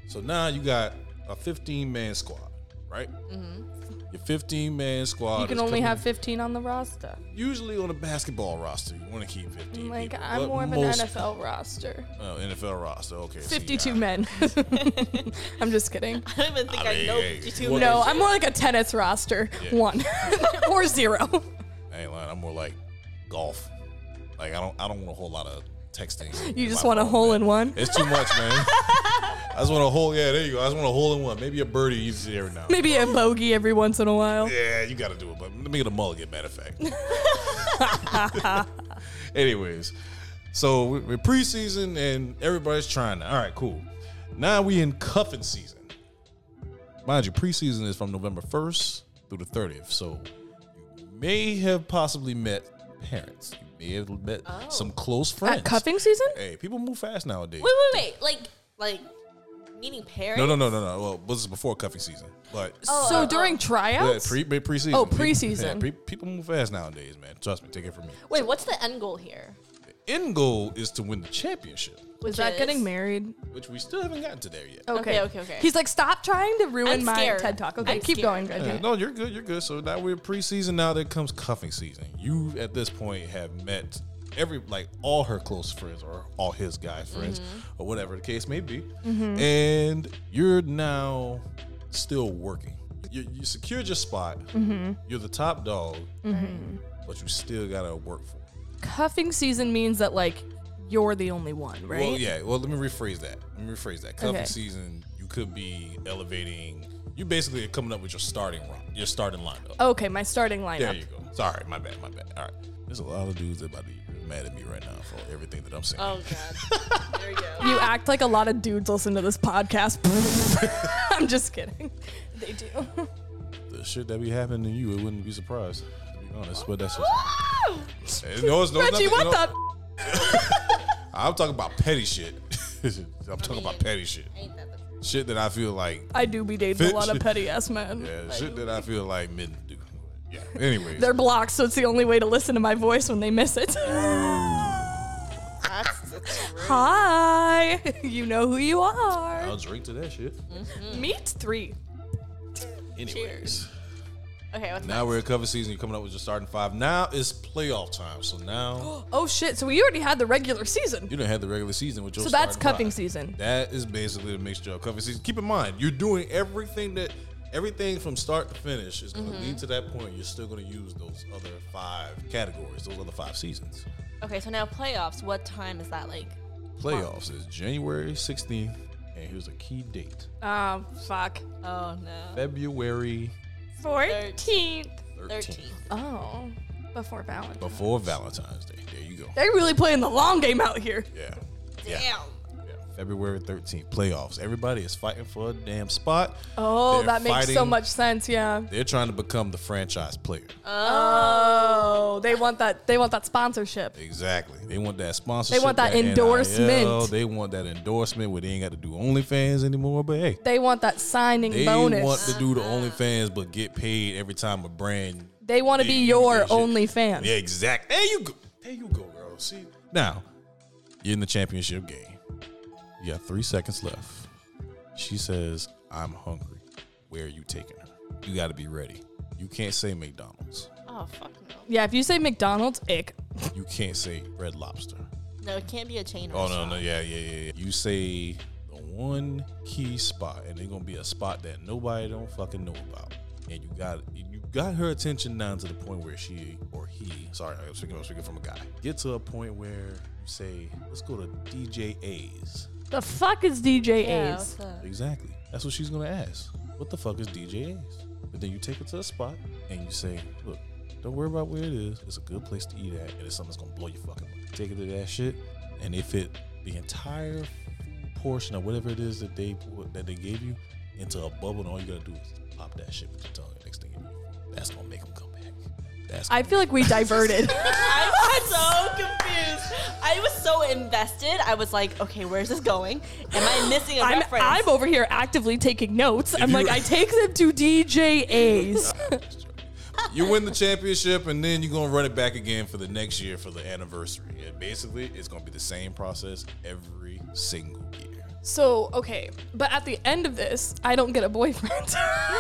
Speaker 1: So now you got a 15 man squad, right? Mm-hmm. Your 15 man squad.
Speaker 2: You can
Speaker 1: is
Speaker 2: only
Speaker 1: coming-
Speaker 2: have 15 on the roster.
Speaker 1: Usually on a basketball roster, you want to keep 15.
Speaker 2: Like
Speaker 1: people,
Speaker 2: I'm
Speaker 1: but
Speaker 2: more of an
Speaker 1: most-
Speaker 2: NFL roster.
Speaker 1: Oh, NFL roster. Okay. see,
Speaker 2: 52
Speaker 1: all right.
Speaker 2: men. I'm just kidding.
Speaker 3: I don't even think I,
Speaker 1: I mean,
Speaker 3: know
Speaker 1: hey,
Speaker 3: 52
Speaker 1: what-
Speaker 2: No, I'm more like a tennis roster.
Speaker 1: Yeah.
Speaker 2: One or zero.
Speaker 1: I ain't lying. I'm more like golf. Like I don't. I don't want a whole lot of texting.
Speaker 2: You
Speaker 1: in
Speaker 2: just
Speaker 1: my
Speaker 2: want a
Speaker 1: phone,
Speaker 2: hole
Speaker 1: man.
Speaker 2: in one?
Speaker 1: It's too much, man. I just want a hole. Yeah, there you go. I just want a hole in one. Maybe a birdie you see every now. and then.
Speaker 2: Maybe a bogey every once in a while.
Speaker 1: Yeah, you got to do it, but let me get a mulligan. Matter of fact. Anyways, so we- we're preseason and everybody's trying. To, all right, cool. Now we in cuffing season. Mind you, preseason is from November first through the thirtieth. So you may have possibly met parents. You may have met some close friends. Eh,
Speaker 2: At cuffing season?
Speaker 1: Hey, people move fast nowadays.
Speaker 3: Wait, wait, wait. Like, like meeting parents?
Speaker 1: No, no, no, no, no. Well, this is before cuffing season, but.
Speaker 3: Oh,
Speaker 2: so during
Speaker 1: but
Speaker 2: tryouts?
Speaker 1: pre, pre- preseason.
Speaker 2: Oh,
Speaker 1: People-
Speaker 2: preseason.
Speaker 1: yeah, pre- people move fast nowadays, man. Trust me. Take it from me.
Speaker 3: Wait, what's the end goal here?
Speaker 1: The end goal is to win the championship,
Speaker 2: Was that
Speaker 3: Which
Speaker 2: getting
Speaker 3: is-
Speaker 2: married?
Speaker 1: which we still haven't gotten to there yet.
Speaker 3: Okay, okay, okay.
Speaker 2: He's like, stop trying to ruin
Speaker 3: I'm
Speaker 2: my
Speaker 3: scared.
Speaker 2: TED talk. Okay,
Speaker 3: I'm
Speaker 2: keep going,
Speaker 3: scared.
Speaker 1: Yeah,
Speaker 2: Reggie.
Speaker 1: No, you're good. You're good. So now we're preseason. Now there comes cuffing season. You at this point have met every like all her close friends or all his guy friends
Speaker 2: Mm-hmm.
Speaker 1: or whatever the case may be, and you're now still working. You, you secured your spot.
Speaker 2: Mm-hmm.
Speaker 1: You're the top dog, but you still gotta work for. It.
Speaker 2: Cuffing season means that like you're the only one, right?
Speaker 1: Well, yeah. Well, let me rephrase that. Let me rephrase that. Cuffing
Speaker 2: Okay.
Speaker 1: season, you could be elevating. You basically are coming up with your starting ro- your starting lineup.
Speaker 2: Okay, my starting lineup.
Speaker 1: There you go. Sorry, my bad, my bad. All right. There's a lot of dudes that about to be real mad at me right now for everything that I'm saying.
Speaker 3: Oh, God. there you go.
Speaker 2: You act like a lot of dudes listen to this podcast. I'm just kidding. They do.
Speaker 1: The shit that be happening to you, it wouldn't be surprised. To be honest, but that's just. Hey, no, it's- no, it's
Speaker 2: Reggie,
Speaker 1: nothing-
Speaker 2: what
Speaker 1: no,
Speaker 2: the? F-
Speaker 1: I'm talking about petty shit. I'm talking about petty shit.
Speaker 3: Ain't that the
Speaker 1: Shit that I feel like.
Speaker 2: I do be dating a
Speaker 1: Fit-
Speaker 2: lot of petty ass men.
Speaker 1: Yeah, shit that I feel like men do. Yeah. Anyways.
Speaker 2: They're blocked, so it's the only way to listen to my voice when they miss it.
Speaker 3: That's the truth.
Speaker 2: Hi, you know who you are.
Speaker 1: I'll drink to that shit.
Speaker 2: Mm-hmm. Meet three.
Speaker 1: Anyways.
Speaker 3: Okay, what's
Speaker 1: Now we're at cover season. You're coming up with your starting five. Now it's playoff time. So now
Speaker 2: Oh shit! So we already had the regular season.
Speaker 1: you don't have the regular season with your.
Speaker 2: So that's
Speaker 1: starting
Speaker 2: cupping
Speaker 1: five.
Speaker 2: season.
Speaker 1: That is basically the mixture of cuffing season. Keep in mind, you're doing everything that everything from start to finish is
Speaker 2: Mm-hmm.
Speaker 1: going to lead to that point. You're still going to use those other five categories, those other five seasons.
Speaker 3: Okay, so now playoffs. What time is that like?
Speaker 1: Playoffs is January 16th And here's a key date
Speaker 2: Oh, fuck.
Speaker 3: Oh no.
Speaker 1: February
Speaker 2: 14th.
Speaker 1: 13th.
Speaker 3: Thirteen.
Speaker 2: Oh, before Valentine's.
Speaker 1: Before Valentine's Day. There you go.
Speaker 2: They're really playing the long game out here.
Speaker 1: Yeah.
Speaker 3: Damn.
Speaker 1: Yeah. yeah. February 13th. Playoffs. Everybody is fighting for a damn spot.
Speaker 2: Oh,
Speaker 1: They're
Speaker 2: that makes so
Speaker 1: fighting-
Speaker 2: much sense. Yeah.
Speaker 1: They're trying to become the franchise player.
Speaker 2: Uh. Oh, they want that. They want that sponsorship.
Speaker 1: Exactly. They want that sponsorship.
Speaker 2: They want that endorsement.
Speaker 1: They want that endorsement where they ain't got to do OnlyFans anymore. But hey,
Speaker 2: They want that signing
Speaker 1: they
Speaker 2: bonus.
Speaker 1: want to do the OnlyFans but get paid every time a brand.
Speaker 2: they want to
Speaker 1: they
Speaker 2: be
Speaker 1: use
Speaker 2: your
Speaker 1: that shit.
Speaker 2: only fan.
Speaker 1: Yeah, exact. There you go. There you go, girl. See now, you're in the championship game. You got three seconds left. She says, "I'm hungry. Where are you taking her? You got to be ready. You can't say McDonald's.
Speaker 3: Oh fuck no.
Speaker 2: Yeah, if you say McDonald's, ick.
Speaker 1: You can't say Red Lobster."
Speaker 3: No, it can't be a chain.
Speaker 1: Oh no,
Speaker 3: restaurant.
Speaker 1: no, yeah, yeah, yeah. yeah. You say the one key spot, and it's gonna be a spot that nobody don't fucking know about. And you got you got her attention down to the point where she or he, sorry, I'm speaking, I'm speaking from a guy, get to a point where you say, let's go to DJ A's.
Speaker 2: The fuck is DJ
Speaker 3: Yeah, what's
Speaker 2: A's?
Speaker 3: that?
Speaker 1: Exactly. That's what she's gonna ask. What the fuck is DJ A's? But then you take her to a spot and you say, look, don't worry about where it is. It's a good place to eat at, and it's something that's gonna blow your fucking mind. Take her to that shit, and if it the entire portion of whatever it is that they that they gave you into a bubble, and all you gotta do is pop that shit with your tongue. And next thing you know, that's gonna make them come back. That's
Speaker 2: I feel like we diverted.
Speaker 3: I was so confused. I was so invested. I was like, okay, where's this going? Am I missing a
Speaker 2: I'm,
Speaker 3: reference?
Speaker 2: I'm over here actively taking notes. I'm
Speaker 1: you-
Speaker 2: like, I take them to DJ A's.
Speaker 1: you win the championship and then you're gonna run it back again for the next year for the anniversary. And basically it's gonna be the same process every single year.
Speaker 2: So, okay, but at the end of this, I don't get a boyfriend.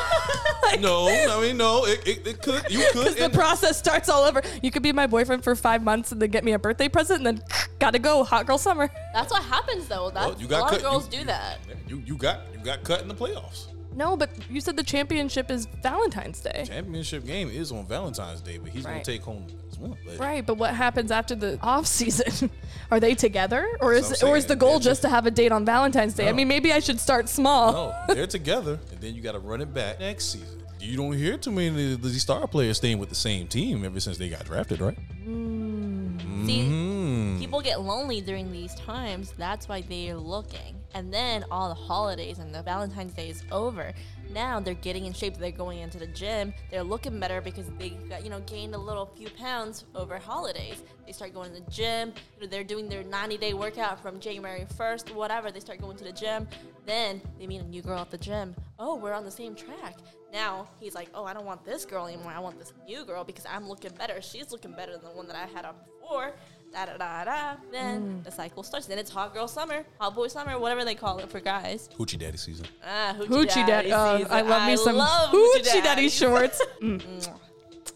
Speaker 2: Like,
Speaker 1: No, I mean no, it, it, it could you could
Speaker 2: 'cause the
Speaker 1: end-
Speaker 2: process starts all over. You could be my boyfriend for five months and then get me a birthday present and then gotta go. Hot girl summer.
Speaker 3: That's what happens though. That's,
Speaker 1: you got
Speaker 3: a lot of
Speaker 1: cut-
Speaker 3: girls
Speaker 1: you-
Speaker 3: do that.
Speaker 1: you you got you got cut in the playoffs.
Speaker 2: No, but you said the championship is Valentine's Day.
Speaker 1: Championship game is on Valentine's Day, but he's gonna
Speaker 2: Right.
Speaker 1: take home as well. Like,
Speaker 2: Right, but what happens after the off season? Are they together, or
Speaker 1: That's
Speaker 2: is
Speaker 1: what I'm
Speaker 2: or is
Speaker 1: saying.
Speaker 2: the goal
Speaker 1: They're
Speaker 2: just to have a date on Valentine's Day? I
Speaker 1: No.
Speaker 2: mean, maybe I should start small.
Speaker 1: No, they're together, and then you got to run it back next season. You don't hear too many of these star players staying with the same team ever since they got drafted, right? Mm-hmm. Hmm,
Speaker 3: See,
Speaker 1: Mm.
Speaker 3: people get lonely during these times. That's why they're looking. And then all the holidays and the Valentine's Day is over. Now they're getting in shape. They're going into the gym. They're looking better because they got, you know gained a little few pounds over holidays. They start going to the gym. You know, they're doing their 90 day workout from January 1st, whatever. They start going to the gym. Then they meet a new girl at the gym. Oh, we're on the same track. Now he's like, oh, I don't want this girl anymore. I want this new girl because I'm looking better. She's looking better than the one that I had on before. Da da da da.
Speaker 2: Mm.
Speaker 3: Then the cycle starts. Then it's hot girl summer, hot boy summer, whatever they call it for guys.
Speaker 1: Hoochie daddy season.
Speaker 3: Ah, hoochie,
Speaker 2: Hoochie daddy. Oh,
Speaker 3: season.
Speaker 2: I love me some
Speaker 3: love
Speaker 2: hoochie daddy,
Speaker 3: daddies.
Speaker 2: shorts. Mm.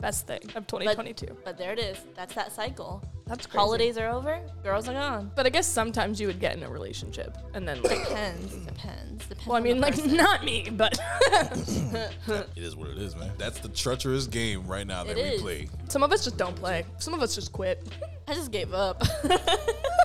Speaker 2: Best thing of 2022.
Speaker 3: But, but there it is. That's that cycle.
Speaker 2: That's crazy.
Speaker 3: Holidays are over. Girls are gone.
Speaker 2: But I guess sometimes you would get in a relationship and then like.
Speaker 3: Depends. Depends. Depends.
Speaker 2: Mm. Well, I
Speaker 3: on the
Speaker 2: mean, like
Speaker 3: person.
Speaker 2: not me, but
Speaker 1: It is what it is, man. That's the treacherous game right now that
Speaker 3: It
Speaker 1: we
Speaker 3: is.
Speaker 1: play.
Speaker 2: some of us just don't play. Some of us just quit.
Speaker 3: I just gave up.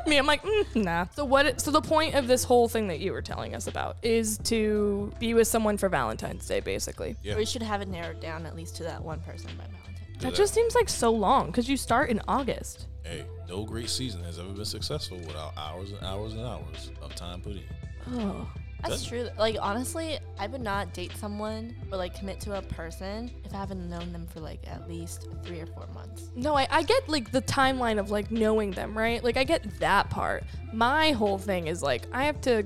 Speaker 2: me, I'm like, mm, nah. So what? it- So the point of this whole thing that you were telling us about is to be with someone for Valentine's Day, basically.
Speaker 1: Yeah.
Speaker 3: We should have it narrowed down at least to that one person by Valentine's.
Speaker 2: That just seems like so long because you start in August.
Speaker 1: Hey, no great season has ever been successful without hours and hours and hours of time put in.
Speaker 2: Oh,
Speaker 3: That's true. Like honestly, I would not date someone or like commit to a person if I haven't known them for like at least three or four months.
Speaker 2: No, I, I get like the timeline of like knowing them, right? Like I get that part. My whole thing is like I have to.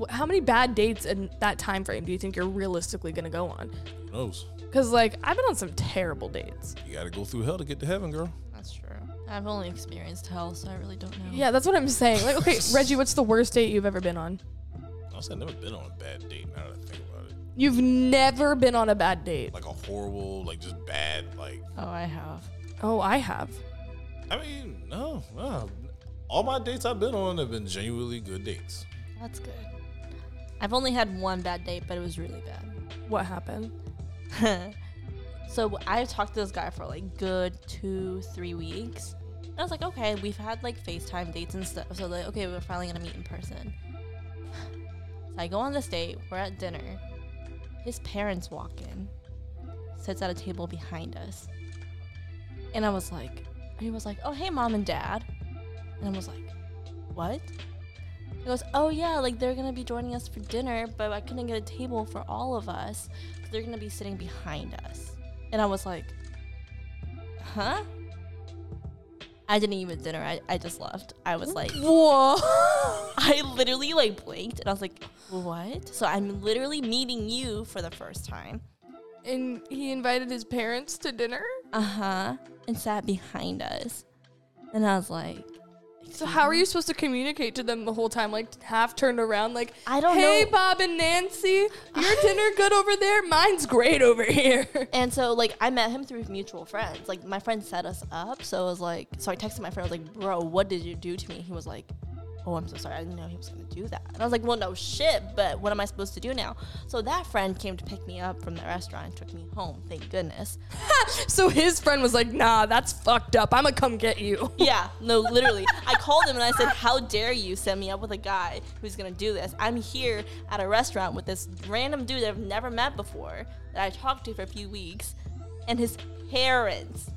Speaker 2: wh- How many bad dates in that time frame do you think you're realistically gonna go on?
Speaker 1: Who knows?
Speaker 2: Because like I've been on some terrible dates.
Speaker 1: You got to go through hell to get to heaven, girl.
Speaker 3: That's true. I've only experienced hell, so I really don't know.
Speaker 2: Yeah, that's what I'm saying. Like, okay, Reggie, what's the worst date you've ever been on?
Speaker 1: Honestly, I've never been on a bad date. Now that I think about it,
Speaker 2: You've never been on a bad date.
Speaker 1: like a horrible, like just bad, like
Speaker 3: Oh, I have.
Speaker 2: Oh, I have.
Speaker 1: I mean, no, no. All my dates I've been on have been genuinely good dates.
Speaker 3: That's good. I've only had one bad date, but it was really bad.
Speaker 2: What happened?
Speaker 3: So I talked to this guy for like good two, three weeks. And I was like, okay, we've had like FaceTime dates and stuff. So like, okay, we're finally gonna meet in person. So I go on this date. We're at dinner. His parents walk in, sits at a table behind us. And I was like, he was like, oh, hey, mom and dad. And I was like, what? He goes, oh, yeah, like they're going to be joining us for dinner, but I couldn't get a table for all of us. So they're going to be sitting behind us. And I was like, huh? I didn't even dinner. I, I just left. I was like,
Speaker 2: Whoa.
Speaker 3: I literally like blinked and I was like, what? So I'm literally meeting you for the first time.
Speaker 2: and he invited his parents to dinner.
Speaker 3: Uh huh. And sat behind us. And I was like,
Speaker 2: So how are you supposed to communicate to them the whole time? Like half turned around, like
Speaker 3: I don't
Speaker 2: Hey,
Speaker 3: know."
Speaker 2: Bob and Nancy, your dinner good over there. Mine's great over here.
Speaker 3: and so like I met him through mutual friends. Like my friend set us up. So I was like, so I texted my friend, I was like, bro, what did you do to me? He was like, oh, I'm so sorry. I didn't know he was going to do that. And I was like, well, no shit, but what am I supposed to do now? So that friend came to pick me up from the restaurant and took me home. Thank goodness.
Speaker 2: so his friend was like, Nah, that's fucked up. I'ma come get you.
Speaker 3: Yeah, no, literally. I called him and I said, How dare you set me up with a guy who's gonna do this? I'm here at a restaurant with this random dude that I've never met before that I talked to for a few weeks and his parents.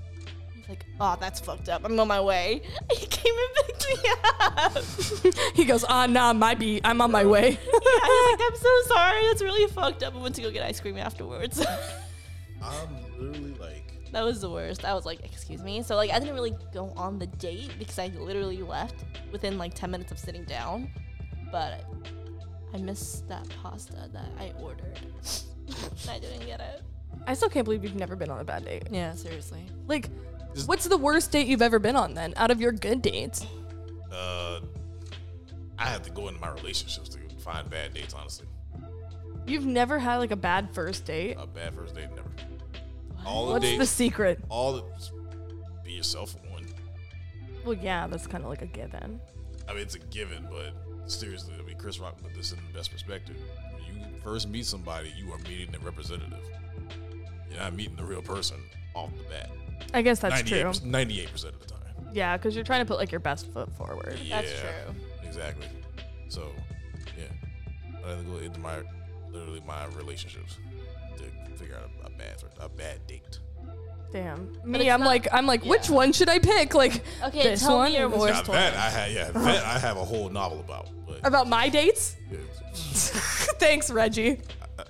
Speaker 3: He's like, Oh, that's fucked up. I'm on my way. He came and picked me up.
Speaker 2: he goes, Ah, nah, my be. I'm on my way.
Speaker 3: I was like, I'm so sorry. That's really fucked up. I went to go get ice cream afterwards.
Speaker 1: I'm literally like,
Speaker 3: that was the worst. I was like, Excuse me. So, like, I didn't really go on the date because I literally left within like 10 minutes of sitting down. but I missed that pasta that I ordered. I didn't get it.
Speaker 2: I still can't believe you've never been on a bad date.
Speaker 3: Yeah, seriously.
Speaker 2: Like, what's the worst date you've ever been on then? Out of your good dates?
Speaker 1: uh, I have to go into my relationships to find bad dates. Honestly,
Speaker 2: You've never had like a bad first date?
Speaker 1: a bad first date never. All the
Speaker 2: What's
Speaker 1: Uh, dates,
Speaker 2: the secret?
Speaker 1: all the, be yourself for one.
Speaker 2: Well, yeah, that's kind of like a given.
Speaker 1: I mean, it's a given, but seriously, I mean, Chris Rock put this in the best perspective. When you first meet somebody, you are meeting the representative. You're not meeting the real person off the bat.
Speaker 2: I guess that's true.
Speaker 1: 98%, 98% of the time.
Speaker 2: Yeah, because you're trying to put like your best foot forward.
Speaker 3: That's true.
Speaker 1: Exactly. So, yeah. I had to go into my, literally my relationships to figure out a, a bad, a bad date.
Speaker 2: Damn.
Speaker 3: it's
Speaker 2: Me, I'm
Speaker 3: not-
Speaker 2: like, I'm like, which
Speaker 3: yeah.
Speaker 2: one should I pick? Like,
Speaker 3: Okay,
Speaker 2: this
Speaker 3: tell me
Speaker 2: one
Speaker 3: your
Speaker 2: or this
Speaker 3: worst-
Speaker 2: one?
Speaker 1: Now that I have, yeah, that I have a whole novel about. But
Speaker 2: About my dates?
Speaker 1: yeah.
Speaker 2: Thanks, Reggie.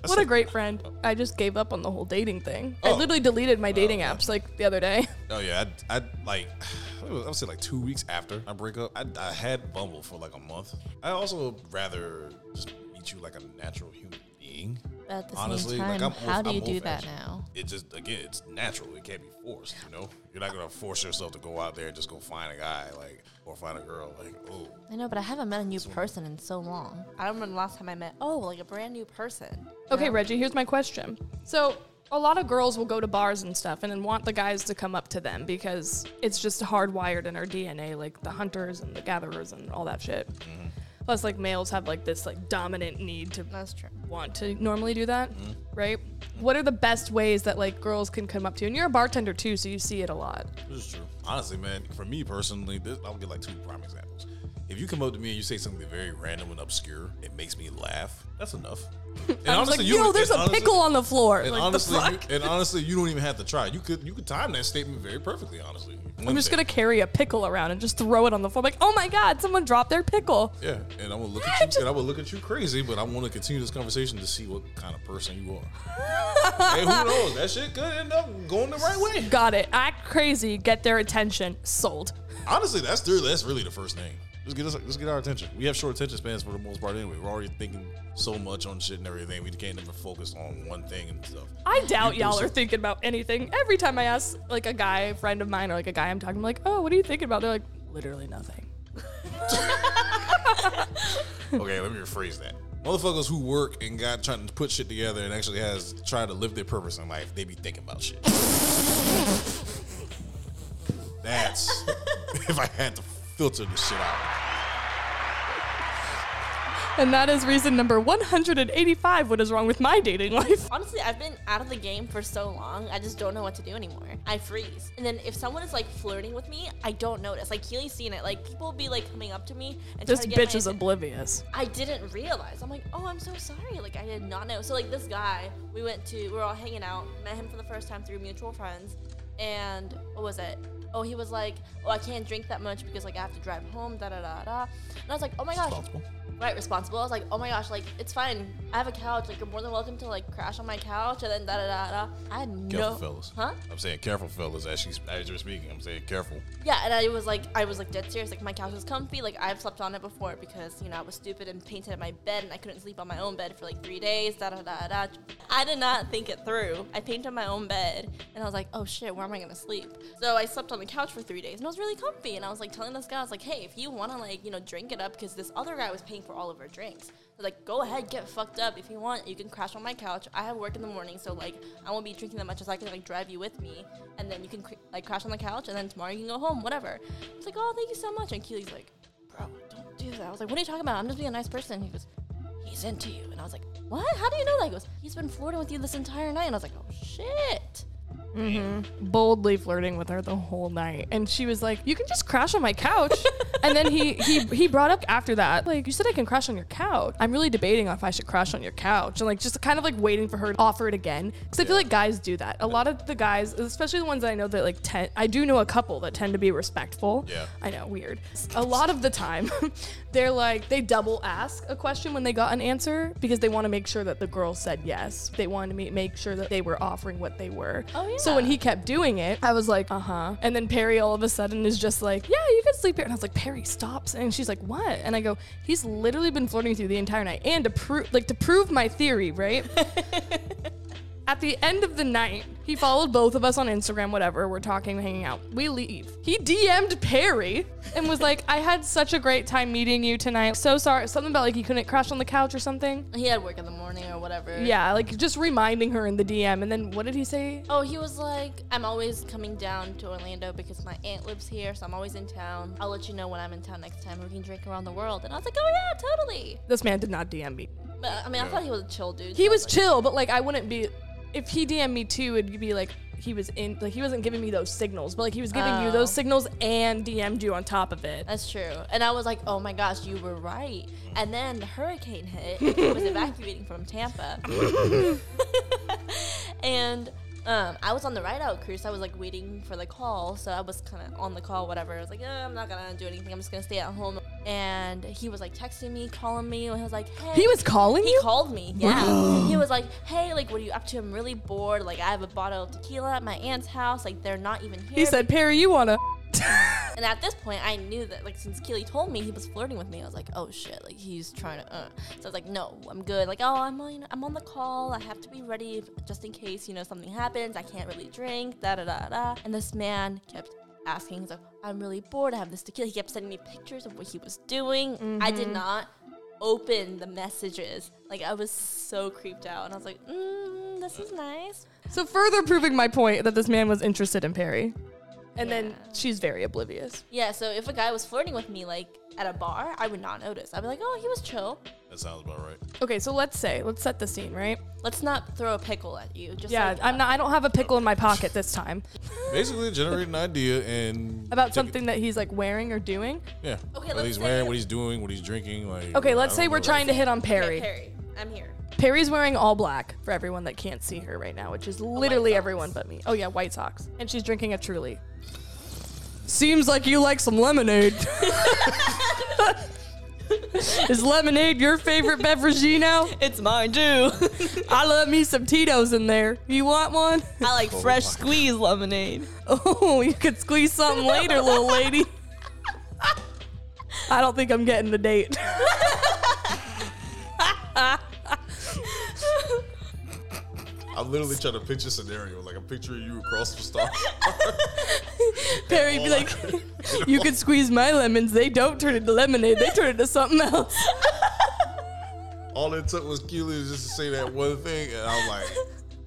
Speaker 2: What a great friend. I just gave up on the whole dating thing. I
Speaker 1: Uh, Oh.
Speaker 2: literally deleted my dating apps like the other day.
Speaker 1: Oh yeah, I, I like I would say like two weeks after I break up, I, I had Bumble for like a month. I also rather just meet you like a natural human being.
Speaker 3: But at the
Speaker 1: Honestly,
Speaker 3: same time,
Speaker 1: like I'm
Speaker 3: how
Speaker 1: old-
Speaker 3: do you
Speaker 1: I'm
Speaker 3: do
Speaker 1: old
Speaker 3: that
Speaker 1: fashioned.
Speaker 3: now?
Speaker 1: It just again, it's natural. It can't be forced. You know, you're not gonna force yourself to go out there and just go find a guy like or find a girl like oh.
Speaker 3: I know, but I haven't met a new person in so long. I don't remember the last time I met, oh, like a brand new person.
Speaker 2: Okay, Reggie, here's my question. So, a lot of girls will go to bars and stuff and then want the guys to come up to them because it's just hardwired in our DNA, like the hunters and the gatherers and all that shit.
Speaker 1: Mm-hmm.
Speaker 2: Plus, like males have like this like dominant need to
Speaker 3: That's true.
Speaker 2: want to normally do that,
Speaker 1: Mm-hmm.
Speaker 2: right? What are the best ways that like girls can come up to you? And you're a bartender too, so you see it a lot.
Speaker 1: This is true. Honestly, man, for me personally, this, I'll give like two prime examples. If you come up to me and you say something very random and obscure, it makes me laugh. That's enough. And
Speaker 2: I was like,
Speaker 1: you-
Speaker 2: yo, there's
Speaker 1: and
Speaker 2: a
Speaker 1: honestly-
Speaker 2: pickle on the floor.
Speaker 1: And
Speaker 2: Like,
Speaker 1: honestly,
Speaker 2: the fuck?
Speaker 1: you, and honestly, you don't even have to try. You could you could time that statement very perfectly. Honestly,
Speaker 2: I'm just gonna carry a pickle around and just throw it on the floor. like, oh my god, someone dropped their pickle.
Speaker 1: yeah, and I'm gonna look at you, and I will look at you crazy, but I want to continue this conversation to see what kind of person you are. hey, who knows? That shit could end up going the right way.
Speaker 2: Got it. Act crazy, get their attention. Sold.
Speaker 1: Honestly, that's the, that's really the first thing. Just get us, just get our attention. We have short attention spans for the most part anyway. We're already thinking so much on shit and everything. We can't even focus on one thing and stuff.
Speaker 2: I doubt
Speaker 1: You do
Speaker 2: y'all are
Speaker 1: some-
Speaker 2: thinking about anything. Every time I ask like a guy friend of mine or like a guy I'm talking, I'm like, oh, what are you thinking about? They're like, literally nothing.
Speaker 1: Okay, let me rephrase that. Motherfuckers who work and got trying to put shit together and actually has tried to live their purpose in life, they be thinking about shit. That's if I had to filter this shit out.
Speaker 2: And that is reason number 185 what is wrong with my dating life.
Speaker 3: Honestly, I've been out of the game for so long, I just don't know what to do anymore. I freeze. And then if someone is like flirting with me, I don't notice. Like Keely's seen it. Like people be like coming up to me and trying
Speaker 2: This
Speaker 3: to get
Speaker 2: bitch
Speaker 3: my
Speaker 2: is
Speaker 3: atten-
Speaker 2: oblivious.
Speaker 3: I didn't realize. I'm like, oh, I'm so sorry. Like, I did not know. So, like, this guy, we went to, we were all hanging out, met him for the first time through mutual friends. And what was it? Oh, he was like, oh, I can't drink that much because, like, I have to drive home, da da da da. And I was like, oh my gosh.
Speaker 1: Responsible.
Speaker 3: Right, responsible. I was like, oh my gosh, like, it's fine. I have a couch. Like, you're more than welcome to, like, crash on my couch. And then da da da da. I had
Speaker 1: Careful,
Speaker 3: no.
Speaker 1: fellas.
Speaker 3: Huh?
Speaker 1: I'm saying careful, fellas. As she's as you're speaking, I'm saying careful.
Speaker 3: Yeah, and I was like, I was like dead serious. Like my couch was comfy. Like I've slept on it before because you know I was stupid and painted my bed, and I couldn't sleep on my own bed for like three days. Da da da da. I did not think it through. I painted my own bed, and I was like, oh shit, where am I gonna sleep? So I slept on the couch for three days, and it was really comfy. And I was like telling this guy, I was like, hey, if you wanna like you know drink it up, because this other guy was paying for all of our drinks. So, like, go ahead, get fucked up if you want. You can crash on my couch. I have work in the morning, so like, I won't be drinking that much, so I can like drive you with me, and then you can cr- like crash on the couch, and then tomorrow you can go home, whatever. It's like, oh, thank you so much. And Keely's like, bro, don't do that. I was like, what are you talking about? I'm just being a nice person. He goes, he's into you, and I was like, what? How do you know that? He goes, he's been flirting with you this entire night, and I was like, oh shit.
Speaker 2: Boldly flirting with her the whole night. And she was like, You can just crash on my couch. and then he, he he brought up after that, like, you said I can crash on your couch. I'm really debating on if I should crash on your couch. And like just kind of like waiting for her to offer it again. Cause I feel like guys do that. A lot of the guys, especially the ones that I know that like tend I do know a couple that tend to be respectful.
Speaker 1: Yeah.
Speaker 2: I know, weird. A lot of the time, they're like, they double ask a question when they got an answer because they want to make sure that the girl said yes. They wanted to ma- make sure that they were offering what they were.
Speaker 3: Oh,
Speaker 2: So when
Speaker 3: yeah.
Speaker 2: he kept doing it, I was like, uh huh. And then Perry all of a sudden is just like, yeah, you can sleep here. And I was like, Perry, stop. And she's like, what? And I go, he's literally been flirting with you the entire night. And to prove, like, to prove my theory, right? At the end of the night, he followed both of us on Instagram, whatever. We're talking, hanging out. We leave. He DM'd Perry and was like, I had such a great time meeting you tonight. So sorry. Something about like he couldn't crash on the couch or something.
Speaker 3: He had work in the morning or whatever.
Speaker 2: Yeah, like just reminding her in the DM. And then what did he say?
Speaker 3: Oh, he was like, I'm always coming down to Orlando because my aunt lives here, so I'm always in town. I'll let you know when I'm in town next time. We can drink around the world. And I was like, oh yeah, totally.
Speaker 2: This man did not DM me.
Speaker 3: But I mean, I thought he was a chill dude.
Speaker 2: He
Speaker 3: so I
Speaker 2: was
Speaker 3: like-
Speaker 2: chill, but like I wouldn't be. If he DM'd me too, it'd be like he was in, like he wasn't giving me those signals, but like he was giving you
Speaker 3: Oh.
Speaker 2: those signals and DM'd you on top of it.
Speaker 3: That's true. And I was like, oh my gosh, you were right. And then the hurricane hit. and He was evacuating from Tampa. and um, I was on the ride out cruise. I was like waiting for the call. So I was kind of on the call, whatever. I was like, eh, I'm not going to do anything. I'm just going to stay at home. And he was like texting me, calling me. And he was like, hey.
Speaker 2: He was calling
Speaker 3: He
Speaker 2: you?
Speaker 3: called me. Yeah. he was like, "Hey, like, what are you up to? I'm really bored. Like, I have a bottle of tequila at my aunt's house. Like, they're not even here."
Speaker 2: He said, Perry, you wanna.
Speaker 3: And at this point, I knew that, like, since Keely told me he was flirting with me, I was like, oh shit, like, he's trying to, uh. So I was like, no, I'm good. Like, oh, I'm on, I'm on the call. I have to be ready if, just in case, you know, something happens. I can't really drink, da da da da. And this man kept asking, he's like, I'm really bored. I have this tequila. He kept sending me pictures of what he was doing. I did not open the messages. Like, I was so creeped out. And I was like, mm, this is nice.
Speaker 2: So further proving my point that this man was interested in Perry. And then
Speaker 3: Yeah.
Speaker 2: she's very oblivious.
Speaker 3: Yeah, so if a guy was flirting with me, like, at a bar, I would not notice. I'd be like, oh, he was chill.
Speaker 1: That sounds about right.
Speaker 2: Okay, so let's say, let's set the scene, right?
Speaker 3: Let's not throw a pickle at you. Just
Speaker 2: Yeah,
Speaker 3: like,
Speaker 2: I'm not I don't have a pickle in my pocket this time
Speaker 1: Basically, generate an idea and take
Speaker 2: about
Speaker 1: it-
Speaker 2: something that he's like wearing or doing.
Speaker 1: Yeah.
Speaker 3: Okay,
Speaker 1: What
Speaker 3: let's
Speaker 1: he's
Speaker 3: say-
Speaker 1: wearing, what he's doing, what he's drinking. Like.
Speaker 2: Okay,
Speaker 1: I
Speaker 2: let's
Speaker 1: don't
Speaker 2: say
Speaker 1: know,
Speaker 2: we're
Speaker 1: like-
Speaker 2: trying to hit on Perry.
Speaker 3: Perry. Perry, I'm here.
Speaker 2: Perry's wearing all black for everyone that can't see her right now, which is literally
Speaker 3: Sox.
Speaker 2: everyone but me. Oh yeah, White socks, And she's drinking a Truly. Seems like you like some lemonade. is lemonade your favorite beverage, Gino?
Speaker 3: It's mine too.
Speaker 2: I love me some Tito's in there. You want one?
Speaker 3: I like fresh squeeze lemonade.
Speaker 2: Oh, you could squeeze something later, little lady. I don't think I'm getting a date.
Speaker 1: I'm literally trying to picture scenario. Like I'm picturing you across from Star.
Speaker 2: Perry be like, you could squeeze my lemons. They don't turn into lemonade. They turn into something else.
Speaker 1: All it took was Keely just to say that one thing, and I'm like,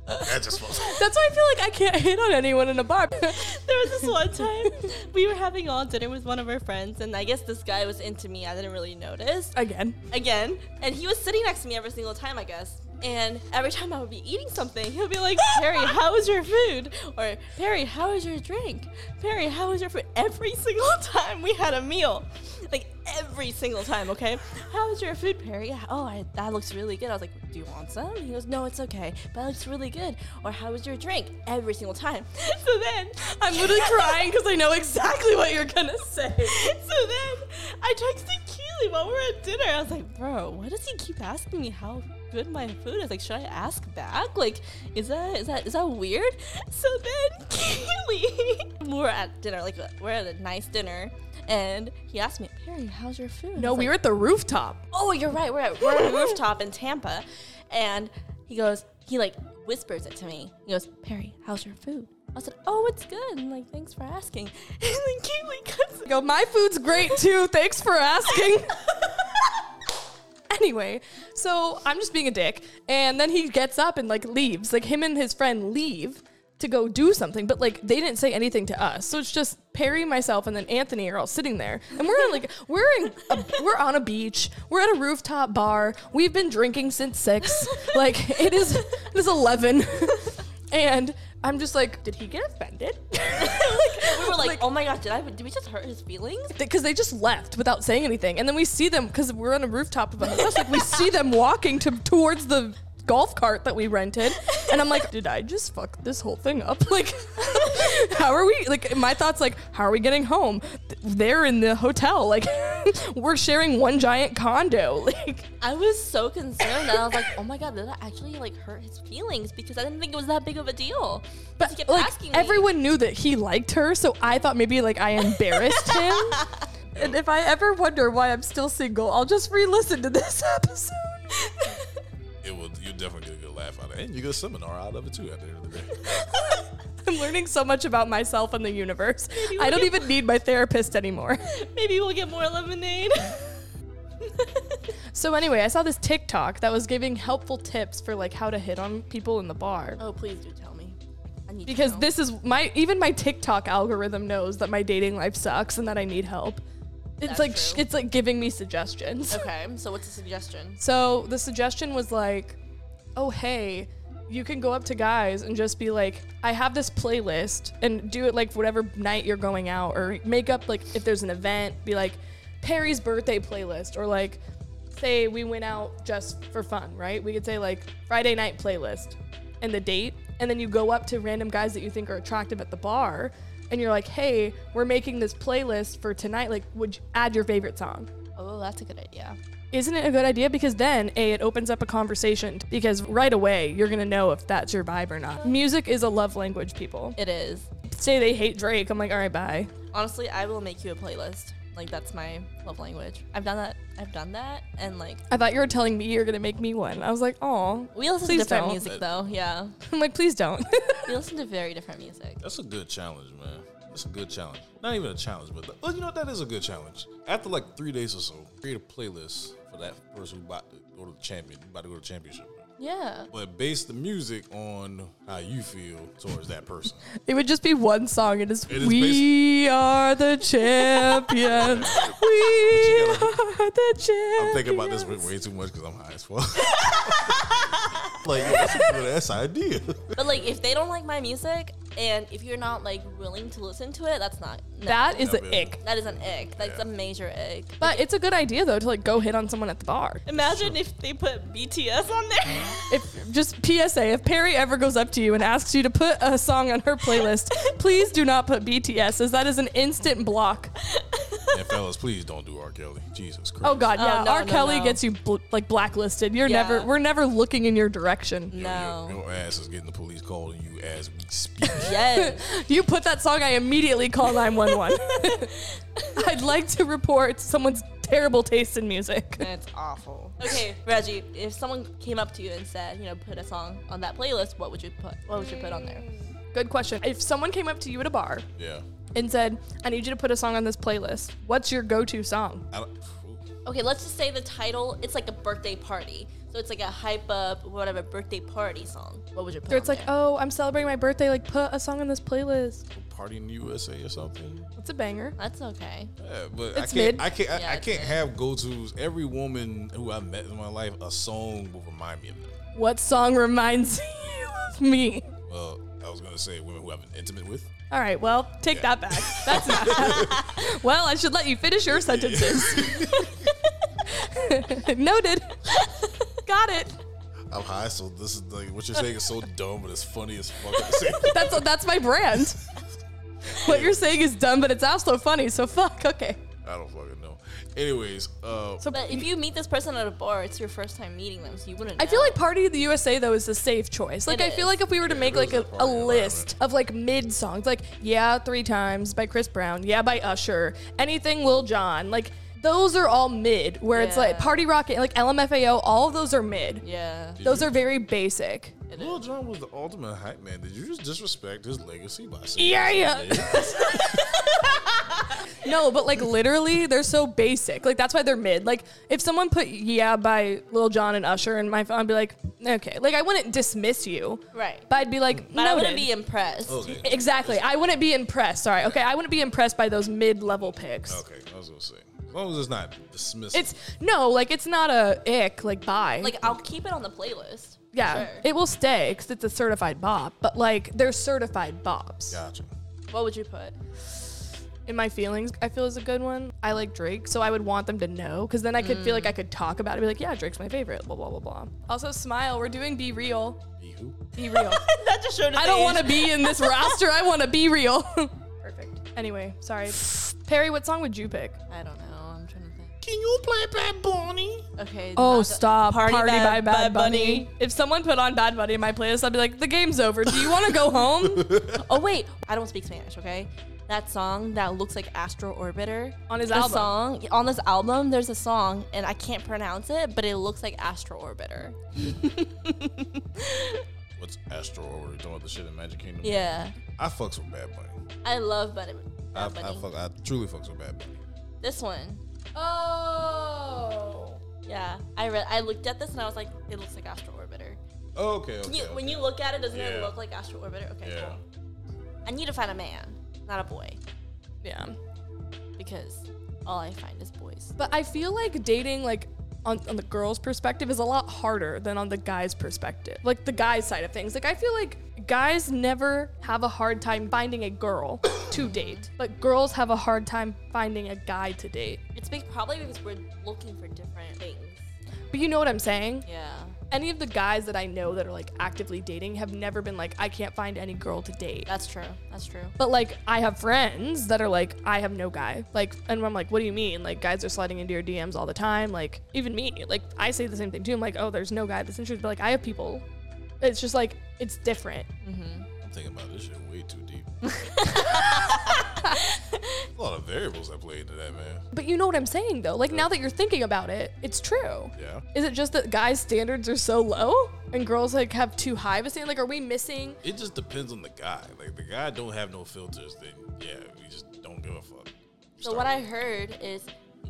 Speaker 1: That just was.
Speaker 2: That's why I feel like I can't hit on anyone in a bar.
Speaker 3: There was this one time we were having all dinner with one of our friends, and I guess this guy was into me. I didn't really notice
Speaker 2: Again.
Speaker 3: again, and he was sitting next to me every single time, I guess. And every time I would be eating something, he'll be like, "Perry, how was your food?" Or "Perry, how was your drink?" "Perry, how was your food?" Every single time we had a meal, like every single time. Okay, how was your food, Perry? Oh, I, that looks really good. I was like, "Do you want some?" He goes, "No, it's okay. That looks really good." Or "How was your drink?" Every single time. So then
Speaker 2: I'm literally crying because I know exactly what you're gonna say.
Speaker 3: so then I texted Keely while we were at dinner. I was like, bro, why does he keep asking me how good my food is? Like, should I ask back? Like, is that is that is that weird? So then Keely we were at dinner, like we're at a nice dinner. And he asked me, Perry, how's your food? I
Speaker 2: No,
Speaker 3: was
Speaker 2: we
Speaker 3: like,
Speaker 2: were at the rooftop.
Speaker 3: oh, you're right. We're at, we're at a rooftop in Tampa. And he goes, he like whispers it to me. He goes, Perry, how's your food? I said, oh, it's good. And like, thanks for asking. And then Keely comes
Speaker 2: I go, my food's great too. Thanks for asking. anyway, so I'm just being a dick. And then he gets up and like leaves. Like him and his friend leave to go do something, but like they didn't say anything to us. So it's just Perry, myself, and then Anthony are all sitting there. And we're in like we're in a, we're on a beach. We're at a rooftop bar. We've been drinking since six. Like it is it is eleven. and I'm just like, did he get offended?
Speaker 3: we were like, oh my god, did I? Did we just hurt his feelings?
Speaker 2: because they just left without saying anything, and then we see them because we're on a rooftop of a house. Like we see them walking to towards the golf cart that we rented, and I'm like, did I just fuck this whole thing up? Like, how are we? Like my thoughts, like how are we getting home? Th- They're in the hotel. Like we're sharing one giant condo. Like
Speaker 3: I was so concerned that I was like, oh my god, did that actually like hurt his feelings? Because I didn't think it was that big of a deal. Because he
Speaker 2: But
Speaker 3: kept
Speaker 2: like
Speaker 3: asking me.
Speaker 2: everyone knew that he liked her, so I thought maybe like I embarrassed him. and if I ever wonder why I'm still single, I'll just re-listen to this episode.
Speaker 1: It will. You definitely get a good laugh out of it, and you get a seminar out of it too. At the end of the day,
Speaker 2: I'm learning so much about myself and the universe.
Speaker 3: Maybe
Speaker 2: I don't
Speaker 3: we-
Speaker 2: even need my therapist anymore.
Speaker 3: maybe we'll get more lemonade.
Speaker 2: So anyway, I saw this TikTok that was giving helpful tips for like how to hit on people in the bar.
Speaker 3: oh, please do tell me. I need to
Speaker 2: Because
Speaker 3: know.
Speaker 2: this is my even my TikTok algorithm knows that my dating life sucks and that I need help. It's
Speaker 3: That's
Speaker 2: like
Speaker 3: true.
Speaker 2: it's like giving me suggestions.
Speaker 3: Okay, so what's the suggestion?
Speaker 2: So the suggestion was like, oh, hey, you can go up to guys and just be like, I have this playlist and do it like whatever night you're going out or make up like if there's an event, be like Perry's birthday playlist or like say we went out just for fun, right? We could say like Friday night playlist and the date. And then you go up to random guys that you think are attractive at the bar and you're like, hey, we're making this playlist for tonight. Like, would you add your favorite song?
Speaker 3: Oh, that's a good idea.
Speaker 2: isn't it a good idea? Because then, A, it opens up a conversation because right away you're going to know if that's your vibe or not. Music is a love language, people.
Speaker 3: It is.
Speaker 2: Say they hate Drake. I'm like, all right, bye.
Speaker 3: Honestly, I will make you a playlist. Like that's my love language. I've done that. I've done that, and like
Speaker 2: I thought you were telling me you're going to make me one. I was like, oh.
Speaker 3: we listen
Speaker 2: Please
Speaker 3: to different
Speaker 2: don't.
Speaker 3: music though. Yeah,
Speaker 2: I'm like, please don't.
Speaker 3: we listen to very different music.
Speaker 1: that's a good challenge, man. That's a good challenge. Not even a challenge, but well, you know what? That is a good challenge. After like three days or so, create a playlist for that person who about to go to the champion, who about to go to the championship.
Speaker 3: Yeah.
Speaker 1: But base the music on how you feel towards that person.
Speaker 2: it would just be one song. It is,
Speaker 1: It is
Speaker 2: We Are the Champions. we
Speaker 1: gotta-
Speaker 2: are the champions.
Speaker 1: I'm thinking about this way too much because I'm high as fuck. like yo, that's a good ass idea.
Speaker 3: But like, if they don't like my music, and if you're not like willing to listen to it, that's not. No,
Speaker 2: That is an
Speaker 1: Yeah, man.
Speaker 2: ick.
Speaker 3: that is an ick. That's
Speaker 1: Yeah.
Speaker 3: a major ick.
Speaker 2: But it's a good idea, though, to like go hit on someone at the bar.
Speaker 3: Imagine if they put BTS on there.
Speaker 2: If just PSA, if Perry ever goes up to you and asks you to put a song on her playlist, please do not put BTS, as that is an instant block.
Speaker 1: and fellas, please don't do R. Kelly. Jesus Christ.
Speaker 2: Oh God,
Speaker 3: Oh,
Speaker 2: yeah.
Speaker 3: no,
Speaker 2: R.
Speaker 3: no,
Speaker 2: Kelly
Speaker 3: no.
Speaker 2: gets you bl- like blacklisted. You're
Speaker 3: Yeah.
Speaker 2: never, we're never looking in your direction.
Speaker 1: Yo, yo,
Speaker 3: No.
Speaker 1: your ass is getting the police called on you as we speak.
Speaker 3: Yes.
Speaker 2: You put that song, I immediately call 911. I'd like to report someone's terrible taste in music.
Speaker 3: That's awful. Okay, Reggie, if someone came up to you and said, you know, put a song on that playlist, what would you put? What would you put on there?
Speaker 2: Good question. If someone came up to you at a bar
Speaker 1: yeah.
Speaker 2: and said, "I need you to put a song on this playlist," what's your go-to song?
Speaker 1: I don't,
Speaker 3: okay, let's just say the title. It's like a birthday party, so it's like a hype up whatever birthday party song. What would you put?
Speaker 2: Where it's
Speaker 3: on
Speaker 2: like,
Speaker 3: there?
Speaker 2: oh, I'm celebrating my birthday. Like, put a song on this playlist.
Speaker 1: Party in the USA or something.
Speaker 2: It's a banger.
Speaker 3: that's okay.
Speaker 1: Yeah, but I
Speaker 2: It's
Speaker 1: can't.
Speaker 2: mid.
Speaker 1: I can't. I,
Speaker 3: Yeah,
Speaker 1: I
Speaker 3: it's
Speaker 1: can't
Speaker 3: mid.
Speaker 1: have go tos. Every woman who I met in my life, a song will remind me of them.
Speaker 2: What song reminds you of me?
Speaker 1: Well, I was gonna say women who I've been intimate with.
Speaker 2: All right, well, take that back. That's not. well, I should let you finish your sentences. Noted. Got it.
Speaker 1: I'm high, so this is like what you're saying is so dumb, but it's funny as fuck. at the same time.
Speaker 2: That's that's my brand. What you're saying is dumb, but it's also funny. So fuck. Okay.
Speaker 1: I don't fucking know. Anyways, uh,
Speaker 2: So
Speaker 3: But if you meet this person at a bar, it's your first time meeting them, so you wouldn't.
Speaker 2: I feel
Speaker 3: know.
Speaker 2: like Party of the USA though is the safe choice. Like
Speaker 3: It
Speaker 2: I feel
Speaker 3: is.
Speaker 2: like if we were to make
Speaker 1: there
Speaker 2: like
Speaker 1: is
Speaker 2: a,
Speaker 1: a party
Speaker 2: a
Speaker 1: environment.
Speaker 2: list of like mid songs, like Yeah Three Times by Chris Brown, Yeah by Usher, anything Lil Jon, like those are all mid. Where it's like
Speaker 3: Yeah.
Speaker 2: Party Rock, like LMFAO, all of those are mid.
Speaker 3: Yeah.
Speaker 2: Those are very basic.
Speaker 1: Lil Jon was the ultimate hype man. Did you just disrespect his legacy by saying?
Speaker 2: Yeah, yeah. no, but like literally, they're so basic. Like that's why they're mid. Like if someone put "Yeah" by Lil Jon and Usher in my phone, I'd be like, okay. Like I wouldn't dismiss you,
Speaker 3: Right.
Speaker 2: but I'd be like,
Speaker 3: But
Speaker 2: no,
Speaker 3: I wouldn't be impressed.
Speaker 1: Okay.
Speaker 2: exactly. I wouldn't be impressed. Sorry. Okay, I wouldn't be impressed by those mid-level picks.
Speaker 1: Okay, I was gonna say as long as it's not dismissive.
Speaker 2: It's no, like it's not a ick. Like bye.
Speaker 3: Like I'll keep it on the playlist.
Speaker 2: yeah,
Speaker 3: sure.
Speaker 2: it will stay because it's a certified bop. But like they're certified bops.
Speaker 1: gotcha.
Speaker 3: What would you put?
Speaker 2: in my feelings i feel is a good one i like drake so i would want them to know because then i could feel like i could talk about it be like yeah drake's my favorite blah blah blah blah also smile we're doing be real
Speaker 1: Be who?
Speaker 2: be real
Speaker 3: that just showed.
Speaker 2: i don't want to be in this roster i want to be real perfect anyway sorry perry what song would you pick
Speaker 3: I don't know. I'm trying to think.
Speaker 1: Can you play Bad Bunny?
Speaker 3: Okay.
Speaker 2: oh
Speaker 3: not-
Speaker 2: stop party,
Speaker 3: Bad-
Speaker 2: by bad,
Speaker 3: Bad
Speaker 2: bunny.
Speaker 3: Bunny.
Speaker 2: if someone put on bad bunny in my playlist i'd be like the game's over do you want to go home
Speaker 3: Oh wait, I don't speak Spanish. Okay, that song that looks like Astro Orbiter
Speaker 2: On his
Speaker 3: the
Speaker 2: album.
Speaker 3: Song on this album, there's a song and I can't pronounce it, but it looks like Astro Orbiter.
Speaker 1: What's Astro Order doing with the shit in Magic Kingdom?
Speaker 3: Yeah,
Speaker 1: I fucks with Bad Bunny.
Speaker 3: I love Bad,
Speaker 1: I,
Speaker 3: Bad Bunny.
Speaker 1: I fuck. I truly fucks with Bad Bunny.
Speaker 3: this one.
Speaker 2: oh
Speaker 3: Yeah, I read. I looked at this and I was like, it looks like Astro Orbiter.
Speaker 1: Oh, okay, okay.
Speaker 3: You,
Speaker 1: okay.
Speaker 3: When you look at it, doesn't it
Speaker 1: Yeah.
Speaker 3: look like Astro Orbiter? Okay,
Speaker 1: yeah.
Speaker 3: cool. I need to find a man, not a boy,
Speaker 2: yeah
Speaker 3: because all I find is boys.
Speaker 2: But I feel like dating, like, on, on the girl's perspective is a lot harder than on the guy's perspective. Like, the guy's side of things. Like, I feel like guys never have a hard time finding a girl to date, but girls have a hard time finding a guy to date.
Speaker 3: It's big, probably because we're looking for different things.
Speaker 2: But you know what I'm saying?
Speaker 3: Yeah.
Speaker 2: Any of the guys that I know that are, like, actively dating have never been like, I can't find any girl to date.
Speaker 3: That's true. That's true.
Speaker 2: But like I have friends that are like, I have no guy. Like and I'm like, what do you mean? Like guys are sliding into your DMs all the time. Like even me. Like I say the same thing too. I'm like, oh, there's no guy that's interested. But like I have people. It's just like it's different.
Speaker 1: I'm thinking about this shit way too deep. a lot of variables that play into that, man.
Speaker 2: But you know what I'm saying though? Like now that you're thinking about it, it's true.
Speaker 1: Yeah.
Speaker 2: Is it just that guys' standards are so low and girls like have too high of a standard? Like are we missing
Speaker 1: It just depends on the guy. Like the guy don't have no filters, then yeah, we just don't give a fuck.
Speaker 3: So what I heard is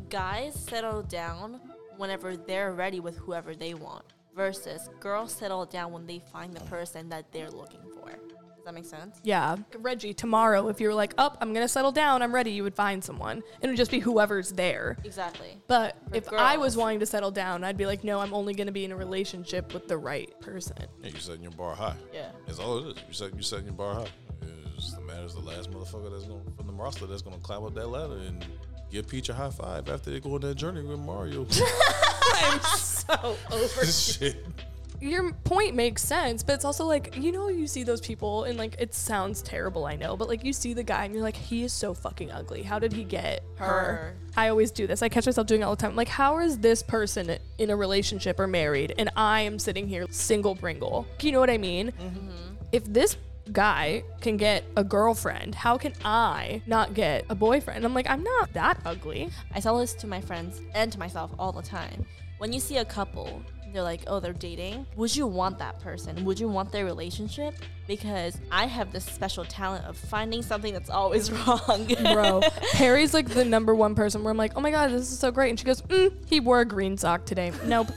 Speaker 3: guys settle down whenever they're ready with whoever they want versus girls settle down when they find the person that they're looking for. Does that make sense?
Speaker 2: Yeah. Reggie, tomorrow if you were like, Oh, I'm gonna settle down, I'm ready, you would find someone. It would just be whoever's there.
Speaker 3: Exactly.
Speaker 2: But
Speaker 3: For
Speaker 2: if I
Speaker 3: girls.
Speaker 2: was wanting to settle down, I'd be like, no, I'm only going to be in a relationship with the right person.
Speaker 1: Yeah, you setting your bar high.
Speaker 3: Yeah.
Speaker 1: That's all it is. You set you setting your bar high. It's just the matter is the last motherfucker that's gonna from the roster that's gonna climb up that ladder and give Peach a high five after they go on that journey with Mario.
Speaker 3: I'm so over.
Speaker 1: shit.
Speaker 2: Your point makes sense, but it's also like, you know, you see those people, and like, it sounds terrible, I know, but like, you see the guy and you're like, he is so fucking ugly. How did he get her?
Speaker 3: Her.
Speaker 2: I always do this. I catch myself doing it all the time. I'm like, how is this person in a relationship or married, and I am sitting here single bringle? You know what I mean? if this guy can get a girlfriend, how can I not get a boyfriend? I'm like, I'm not that ugly.
Speaker 3: I tell this to my friends and to myself all the time. when you see a couple, they're like, oh, they're dating. Would you want that person? Would you want their relationship? Because I have this special talent of finding something that's always wrong.
Speaker 2: Bro, Perry's like the number one person where I'm like, oh my god, this is so great. And she goes, mm, he wore a green sock today. Nope.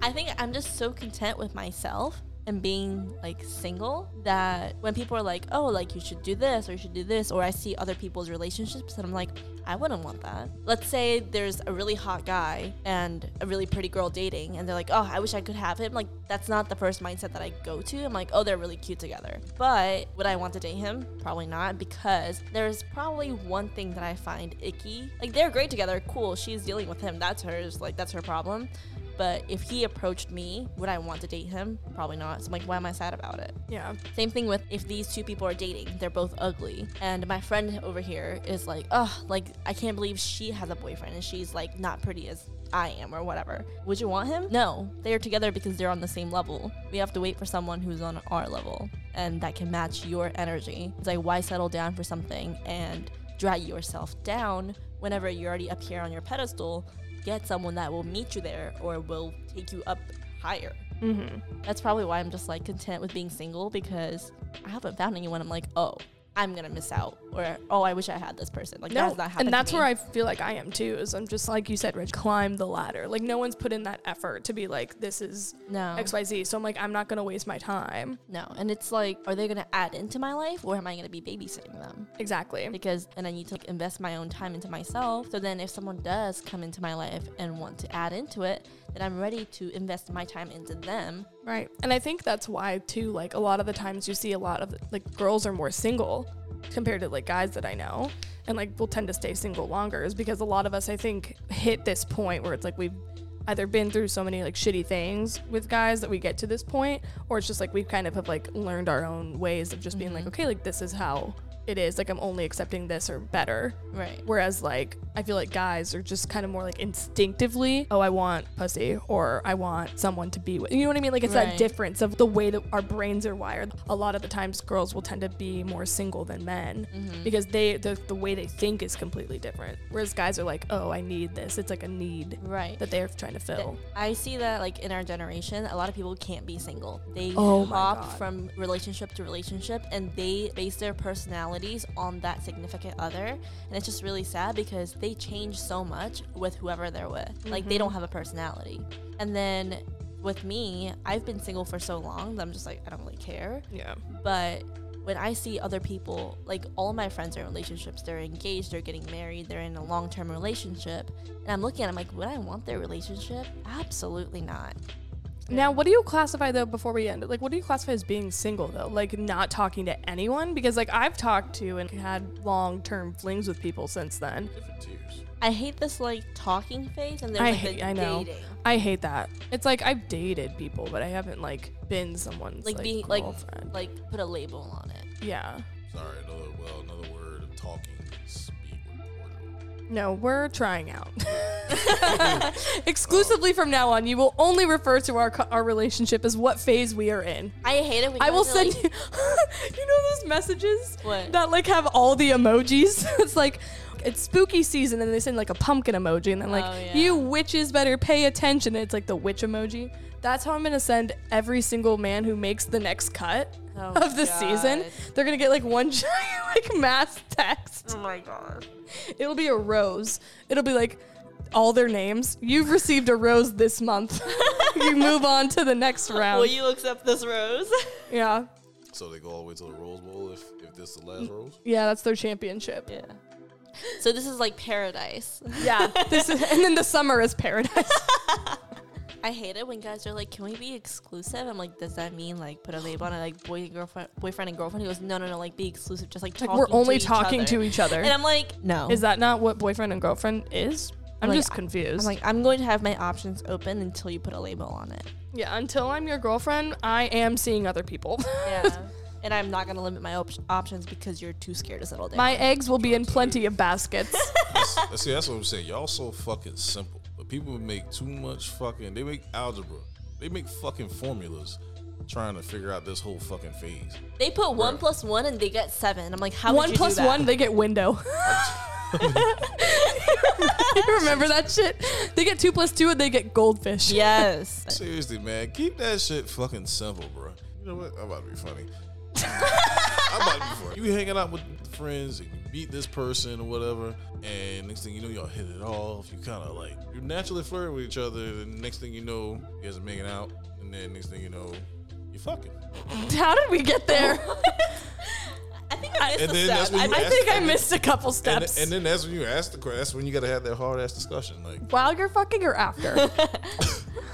Speaker 3: I think I'm just so content with myself and being like single that when people are like, oh, like you should do this or you should do this, or I see other people's relationships and I'm like, I wouldn't want that. Let's say there's a really hot guy and a really pretty girl dating, and they're like, oh, I wish I could have him. Like, that's not the first mindset that I go to. I'm like, oh, they're really cute together. But would I want to date him? Probably not, because there's probably one thing that I find icky. Like, they're great together, cool. She's dealing with him, that's hers, like, that's her problem. But if he approached me, would I want to date him? Probably not. So I'm like, why am I sad about it?
Speaker 2: Yeah.
Speaker 3: Same thing with if these two people are dating, they're both ugly. And my friend over here is like, oh, like I can't believe she has a boyfriend and she's like not pretty as I am or whatever. Would you want him? No. They are together because they're on the same level. We have to wait for someone who's on our level and that can match your energy. It's like, why settle down for something and drag yourself down whenever you're already up here on your pedestal? Get someone that will meet you there or will take you up higher.
Speaker 2: Mm-hmm.
Speaker 3: That's probably why I'm just like content with being single because I haven't found anyone. I'm like, oh, I'm gonna miss out, or oh, I wish I had this person. Like that's not happening.
Speaker 2: and that's where I feel like I am too. Is I'm just like you said, Rich, climb the ladder. Like no one's put in that effort to be like this is
Speaker 3: no
Speaker 2: X Y Z. So I'm like I'm not gonna waste my time.
Speaker 3: no, and it's like, are they gonna add into my life, or am I gonna be babysitting them?
Speaker 2: Exactly.
Speaker 3: Because and I need to like, invest my own time into myself. So then, if someone does come into my life and want to add into it, then I'm ready to invest my time into them.
Speaker 2: Right. And I think that's why too. Like a lot of the times you see a lot of like girls are more single compared to like guys that I know, and like will tend to stay single longer. Is because a lot of us I think hit this point where it's like we've either been through so many like shitty things with guys that we get to this point or it's just like we kind of have like learned our own ways of just being like okay like this is how it is like i'm only accepting this or better
Speaker 3: Right.
Speaker 2: whereas like i feel like guys are just kind of more like instinctively oh i want pussy or i want someone to be with you know what i mean like it's
Speaker 3: Right.
Speaker 2: that difference of the way that our brains are wired a lot of the times girls will tend to be more single than men because they the, the way they think is completely different whereas guys are like oh i need this it's like a need
Speaker 3: Right.
Speaker 2: that they're trying to fill
Speaker 3: I see that like in our generation, a lot of people can't be single. They
Speaker 2: Oh my
Speaker 3: hop
Speaker 2: God.
Speaker 3: from relationship to relationship and they base their personalities on that significant other. And it's just really sad because they change so much with whoever they're with. Like
Speaker 2: Mm-hmm.
Speaker 3: they don't have a personality. And then with me, I've been single for so long that I'm just like, I don't really care
Speaker 2: yeah
Speaker 3: but when I see other people, like all my friends are in relationships, they're engaged, they're getting married, they're in a long term relationship. And I'm looking at them like, would I want their relationship? Absolutely not.
Speaker 2: Now, what do you classify though? Before we end, like, what do you classify as being single though? Like, not talking to anyone because like I've talked to and had long-term flings with people since then.
Speaker 1: Different tiers.
Speaker 3: I hate this like talking phase and there's
Speaker 2: I
Speaker 3: like
Speaker 2: hate,
Speaker 3: the
Speaker 2: I know,
Speaker 3: dating.
Speaker 2: I hate that. It's like I've dated people, but I haven't like been someone's
Speaker 3: Like,
Speaker 2: like,
Speaker 3: being like
Speaker 2: girlfriend.
Speaker 3: like put a label on it.
Speaker 2: yeah.
Speaker 1: Sorry, another well, another word of talking is being recorded.
Speaker 2: No, we're trying out. Exclusively from now on, you will only refer to our co- our relationship as what phase we are in.
Speaker 3: I hate it when
Speaker 2: I
Speaker 3: guys
Speaker 2: will
Speaker 3: are
Speaker 2: send
Speaker 3: like,
Speaker 2: you. you know those messages
Speaker 3: What?
Speaker 2: that like have all the emojis. it's like it's spooky season, and they send like a pumpkin emoji, and then like
Speaker 3: Oh, yeah.
Speaker 2: you witches better pay attention. And it's like the witch emoji. That's how I'm gonna send every single man who makes the next cut
Speaker 3: Oh,
Speaker 2: of the season.
Speaker 3: God.
Speaker 2: They're gonna get like one giant like mass text.
Speaker 3: Oh my god.
Speaker 2: It'll be a rose. It'll be like all their names. You've received a rose this month. you move on to the next round.
Speaker 3: Will you accept this rose?
Speaker 2: yeah.
Speaker 1: So they go all the way to the Rose Bowl if if this is the
Speaker 3: Mm.
Speaker 1: last Rose.
Speaker 2: Yeah, that's their championship.
Speaker 3: yeah. So this is like paradise.
Speaker 2: Yeah. this is, and then the summer is paradise.
Speaker 3: I hate it when guys are like, "Can we be exclusive?" I'm like, "Does that mean like put a label on it, like boy and girlfriend, boyfriend and girlfriend?" He goes, "No, no, no, like be exclusive, just like talking
Speaker 2: We're
Speaker 3: to
Speaker 2: only
Speaker 3: each
Speaker 2: talking
Speaker 3: other."
Speaker 2: to each other.
Speaker 3: And I'm like, "No."
Speaker 2: is that not what boyfriend and girlfriend is? I'm
Speaker 3: Like,
Speaker 2: just
Speaker 3: I-
Speaker 2: confused.
Speaker 3: I'm like, "I'm going to have my options open until you put a label on it."
Speaker 2: yeah, until I'm your girlfriend, I am seeing other people.
Speaker 3: Yeah. and I'm not gonna limit my op- options because you're too scared to settle down.
Speaker 2: My eggs will be in plenty of baskets.
Speaker 1: That's- See, that's what I'm saying. Y'all so fucking simple, but people make too much fucking. They make algebra. They make fucking formulas, trying to figure out this whole fucking phase.
Speaker 3: they put one plus one and they get seven. I'm like, "How
Speaker 2: one
Speaker 3: would you do
Speaker 2: plus
Speaker 3: that?
Speaker 2: one, they get window. You remember that shit? They get two plus two and they get goldfish.
Speaker 3: yes.
Speaker 1: Seriously, man, keep that shit fucking simple, bro. You know what? I'm about to be funny. I'm about to be funny. You hanging out with friends and you meet this person or whatever, and next thing you know, y'all hit it off. You kind of like you naturally flirt with each other. And next thing you know, you guys are making out, and then next thing you know, you fucking.
Speaker 2: How did we get there?
Speaker 3: I think I missed
Speaker 1: And
Speaker 3: a
Speaker 1: then
Speaker 3: step.
Speaker 1: that's when you
Speaker 2: I
Speaker 1: ask-
Speaker 2: think I missed a couple
Speaker 1: And,
Speaker 2: steps.
Speaker 1: and then that's when you ask the question. That's when you got to have that hard ass discussion, like
Speaker 2: While you're fucking or after?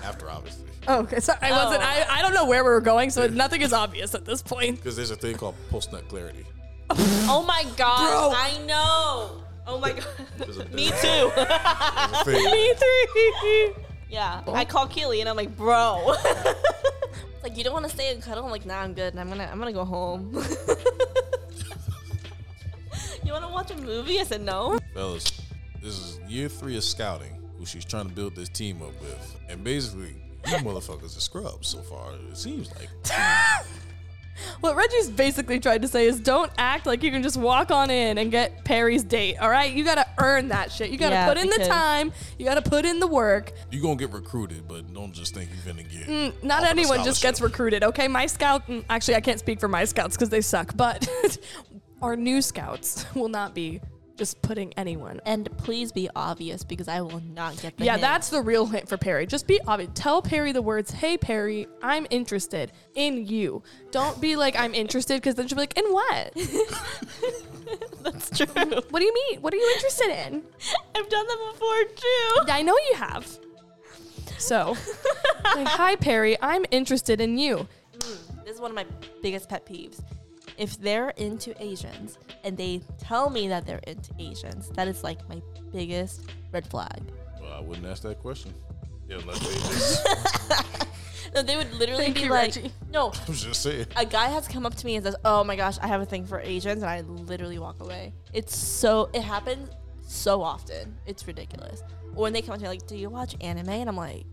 Speaker 1: after obviously,
Speaker 2: oh, okay. So I wasn't.
Speaker 3: Oh.
Speaker 2: I, I don't know where we were going, so nothing is obvious at this point.
Speaker 1: because there's a thing called post nut clarity.
Speaker 3: oh my gosh.
Speaker 2: Bro.
Speaker 3: I know. Oh my god.
Speaker 1: There's a-
Speaker 3: Me
Speaker 1: there's
Speaker 3: too.
Speaker 1: a thing.
Speaker 2: E three.
Speaker 3: yeah. I call Keely and I'm like, bro. It's like you don't want to stay and cuddle. I'm like, nah, I'm good. And I'm gonna, I'm gonna go home. you want to watch a movie? I said no.
Speaker 1: Fellas, this is year three of scouting, who she's trying to build this team up with. And basically, you motherfuckers are scrubs so far, it seems like.
Speaker 2: What Reggie's basically tried to say is don't act like you can just walk on in and get Perry's date, all right? You gotta earn that shit. You gotta
Speaker 3: Yeah,
Speaker 2: put in the
Speaker 3: because-
Speaker 2: time, you gotta put in the work.
Speaker 1: You're gonna get recruited, but don't just think you're gonna get.
Speaker 2: Mm, Not
Speaker 1: offered a
Speaker 2: anyone just gets
Speaker 1: scholarship.
Speaker 2: recruited, okay? My scout, mm, actually, I can't speak for my scouts because they suck, but our new scouts will not be just putting anyone.
Speaker 3: And please be obvious because I will not get the
Speaker 2: Yeah,
Speaker 3: hint.
Speaker 2: that's the real hint for Perry. Just be obvious. Tell Perry the words, hey, Perry, I'm interested in you. Don't be like, I'm interested, because then she'll be like, in what?
Speaker 3: that's true.
Speaker 2: What do you mean? What are you interested in?
Speaker 3: I've done that before too.
Speaker 2: I know you have. So, like, hi Perry, I'm interested in you.
Speaker 3: This is one of my biggest pet peeves. If they're into Asians and they tell me that they're into Asians, that is like my biggest red flag.
Speaker 1: Well, I wouldn't ask that question. Yeah, unless they just.
Speaker 3: No, they would literally
Speaker 2: Thank
Speaker 3: be
Speaker 2: you,
Speaker 3: like,
Speaker 2: Reggie.
Speaker 3: no.
Speaker 1: I'm just saying.
Speaker 3: A guy has come up to me and says, "Oh my gosh, I have a thing for Asians," and I literally walk away. It's so it happens so often. It's ridiculous. Or when they come up to me like, "Do you watch anime?" and I'm like,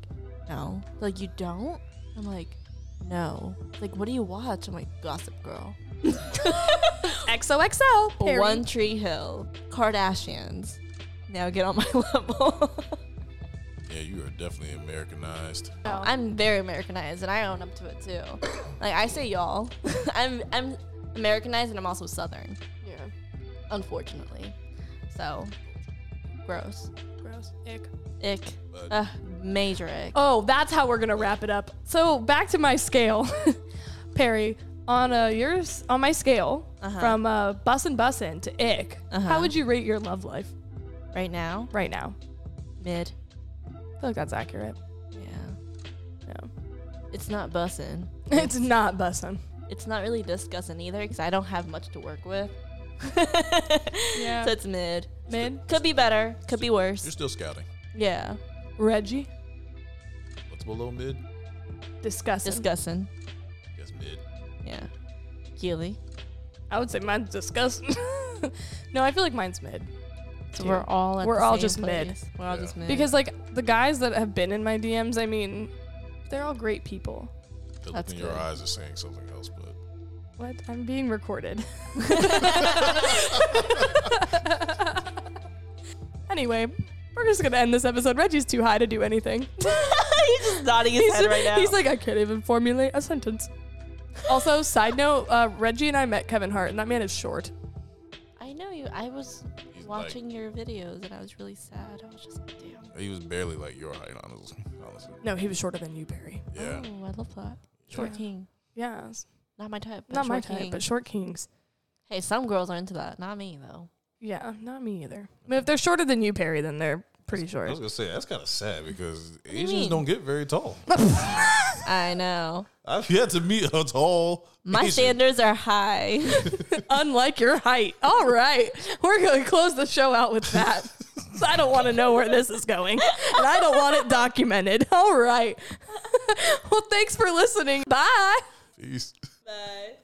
Speaker 3: "No." They're like, "You don't?" I'm like, "No." Like, what do you watch? I'm like, "Gossip Girl."
Speaker 2: XOXO. Perry.
Speaker 3: One Tree Hill, Kardashians. Now get on my level.
Speaker 1: Yeah, you are definitely Americanized.
Speaker 2: No.
Speaker 3: I'm very Americanized, and I own up to it too. Like I say, y'all. I'm I'm Americanized, and I'm also Southern,
Speaker 2: yeah.
Speaker 3: unfortunately. So gross.
Speaker 2: Gross. Ick.
Speaker 3: Ick.
Speaker 1: But
Speaker 3: Ugh, major ick.
Speaker 2: Oh, that's how we're gonna wrap it up. So back to my scale, Perry. On uh, yours, on my scale, from uh, bussin' bussin' to ick, how would you rate your love life
Speaker 3: Right now,
Speaker 2: right now?
Speaker 3: mid.
Speaker 2: I feel like that's accurate.
Speaker 3: Yeah.
Speaker 2: Yeah.
Speaker 3: It's not bussin'.
Speaker 2: It's not bussin'.
Speaker 3: It's not really discussing either because I don't have much to work with.
Speaker 2: Yeah.
Speaker 3: So it's mid.
Speaker 2: Mid.
Speaker 3: Could be better. Could be
Speaker 1: you're
Speaker 3: worse.
Speaker 1: still scouting.
Speaker 3: Yeah.
Speaker 2: Reggie.
Speaker 1: What's below mid?
Speaker 2: Disgusting.
Speaker 3: Discussing.
Speaker 1: Yes, mid.
Speaker 3: Yeah. Keely.
Speaker 2: I would say mine's disgusting. no, I feel like mine's mid.
Speaker 3: So
Speaker 2: Dude.
Speaker 3: we're all at
Speaker 2: We're
Speaker 3: the
Speaker 2: all
Speaker 3: same
Speaker 2: just mid.
Speaker 3: place. We're all
Speaker 1: Yeah.
Speaker 3: just mid.
Speaker 2: Because like the guys that have been in my DMs, I mean, they're all great people.
Speaker 1: The look
Speaker 3: That's
Speaker 1: in your
Speaker 3: good.
Speaker 1: eyes is saying something else, but.
Speaker 2: What? I'm being recorded. anyway, we're just gonna end this episode. Reggie's too high to do anything.
Speaker 3: he's just nodding his
Speaker 2: he's,
Speaker 3: head right now.
Speaker 2: he's like, I can't even formulate a sentence. Also, side note, uh, Reggie and I met Kevin Hart, and that man is short.
Speaker 3: I know you. I was
Speaker 1: He's
Speaker 3: watching your videos and I was really sad. I was just like, damn.
Speaker 1: He was barely like your height, honestly. honestly.
Speaker 2: No, he was shorter than you, Barry.
Speaker 1: Yeah.
Speaker 3: Oh, I love that. Short
Speaker 2: Yeah.
Speaker 3: king.
Speaker 2: Yes.
Speaker 3: Not my type. but
Speaker 2: Not my
Speaker 3: short
Speaker 2: type,
Speaker 3: king.
Speaker 2: but short kings.
Speaker 3: hey, some girls are into that. Not me though.
Speaker 2: Yeah, not me either. I mean, if they're shorter than you, Perry, then they're pretty
Speaker 1: I
Speaker 2: short.
Speaker 1: was gonna say that's kind of sad because
Speaker 3: you
Speaker 1: Asians
Speaker 3: mean?
Speaker 1: don't get very tall.
Speaker 3: I know.
Speaker 1: I've yet to meet a tall.
Speaker 3: My
Speaker 1: Asian.
Speaker 3: standards are high.
Speaker 2: Unlike your height. All right. We're going to close the show out with that. I don't want to know where this is going, and I don't want it documented. All right. well, thanks for listening. Bye.
Speaker 1: Peace.
Speaker 3: Bye.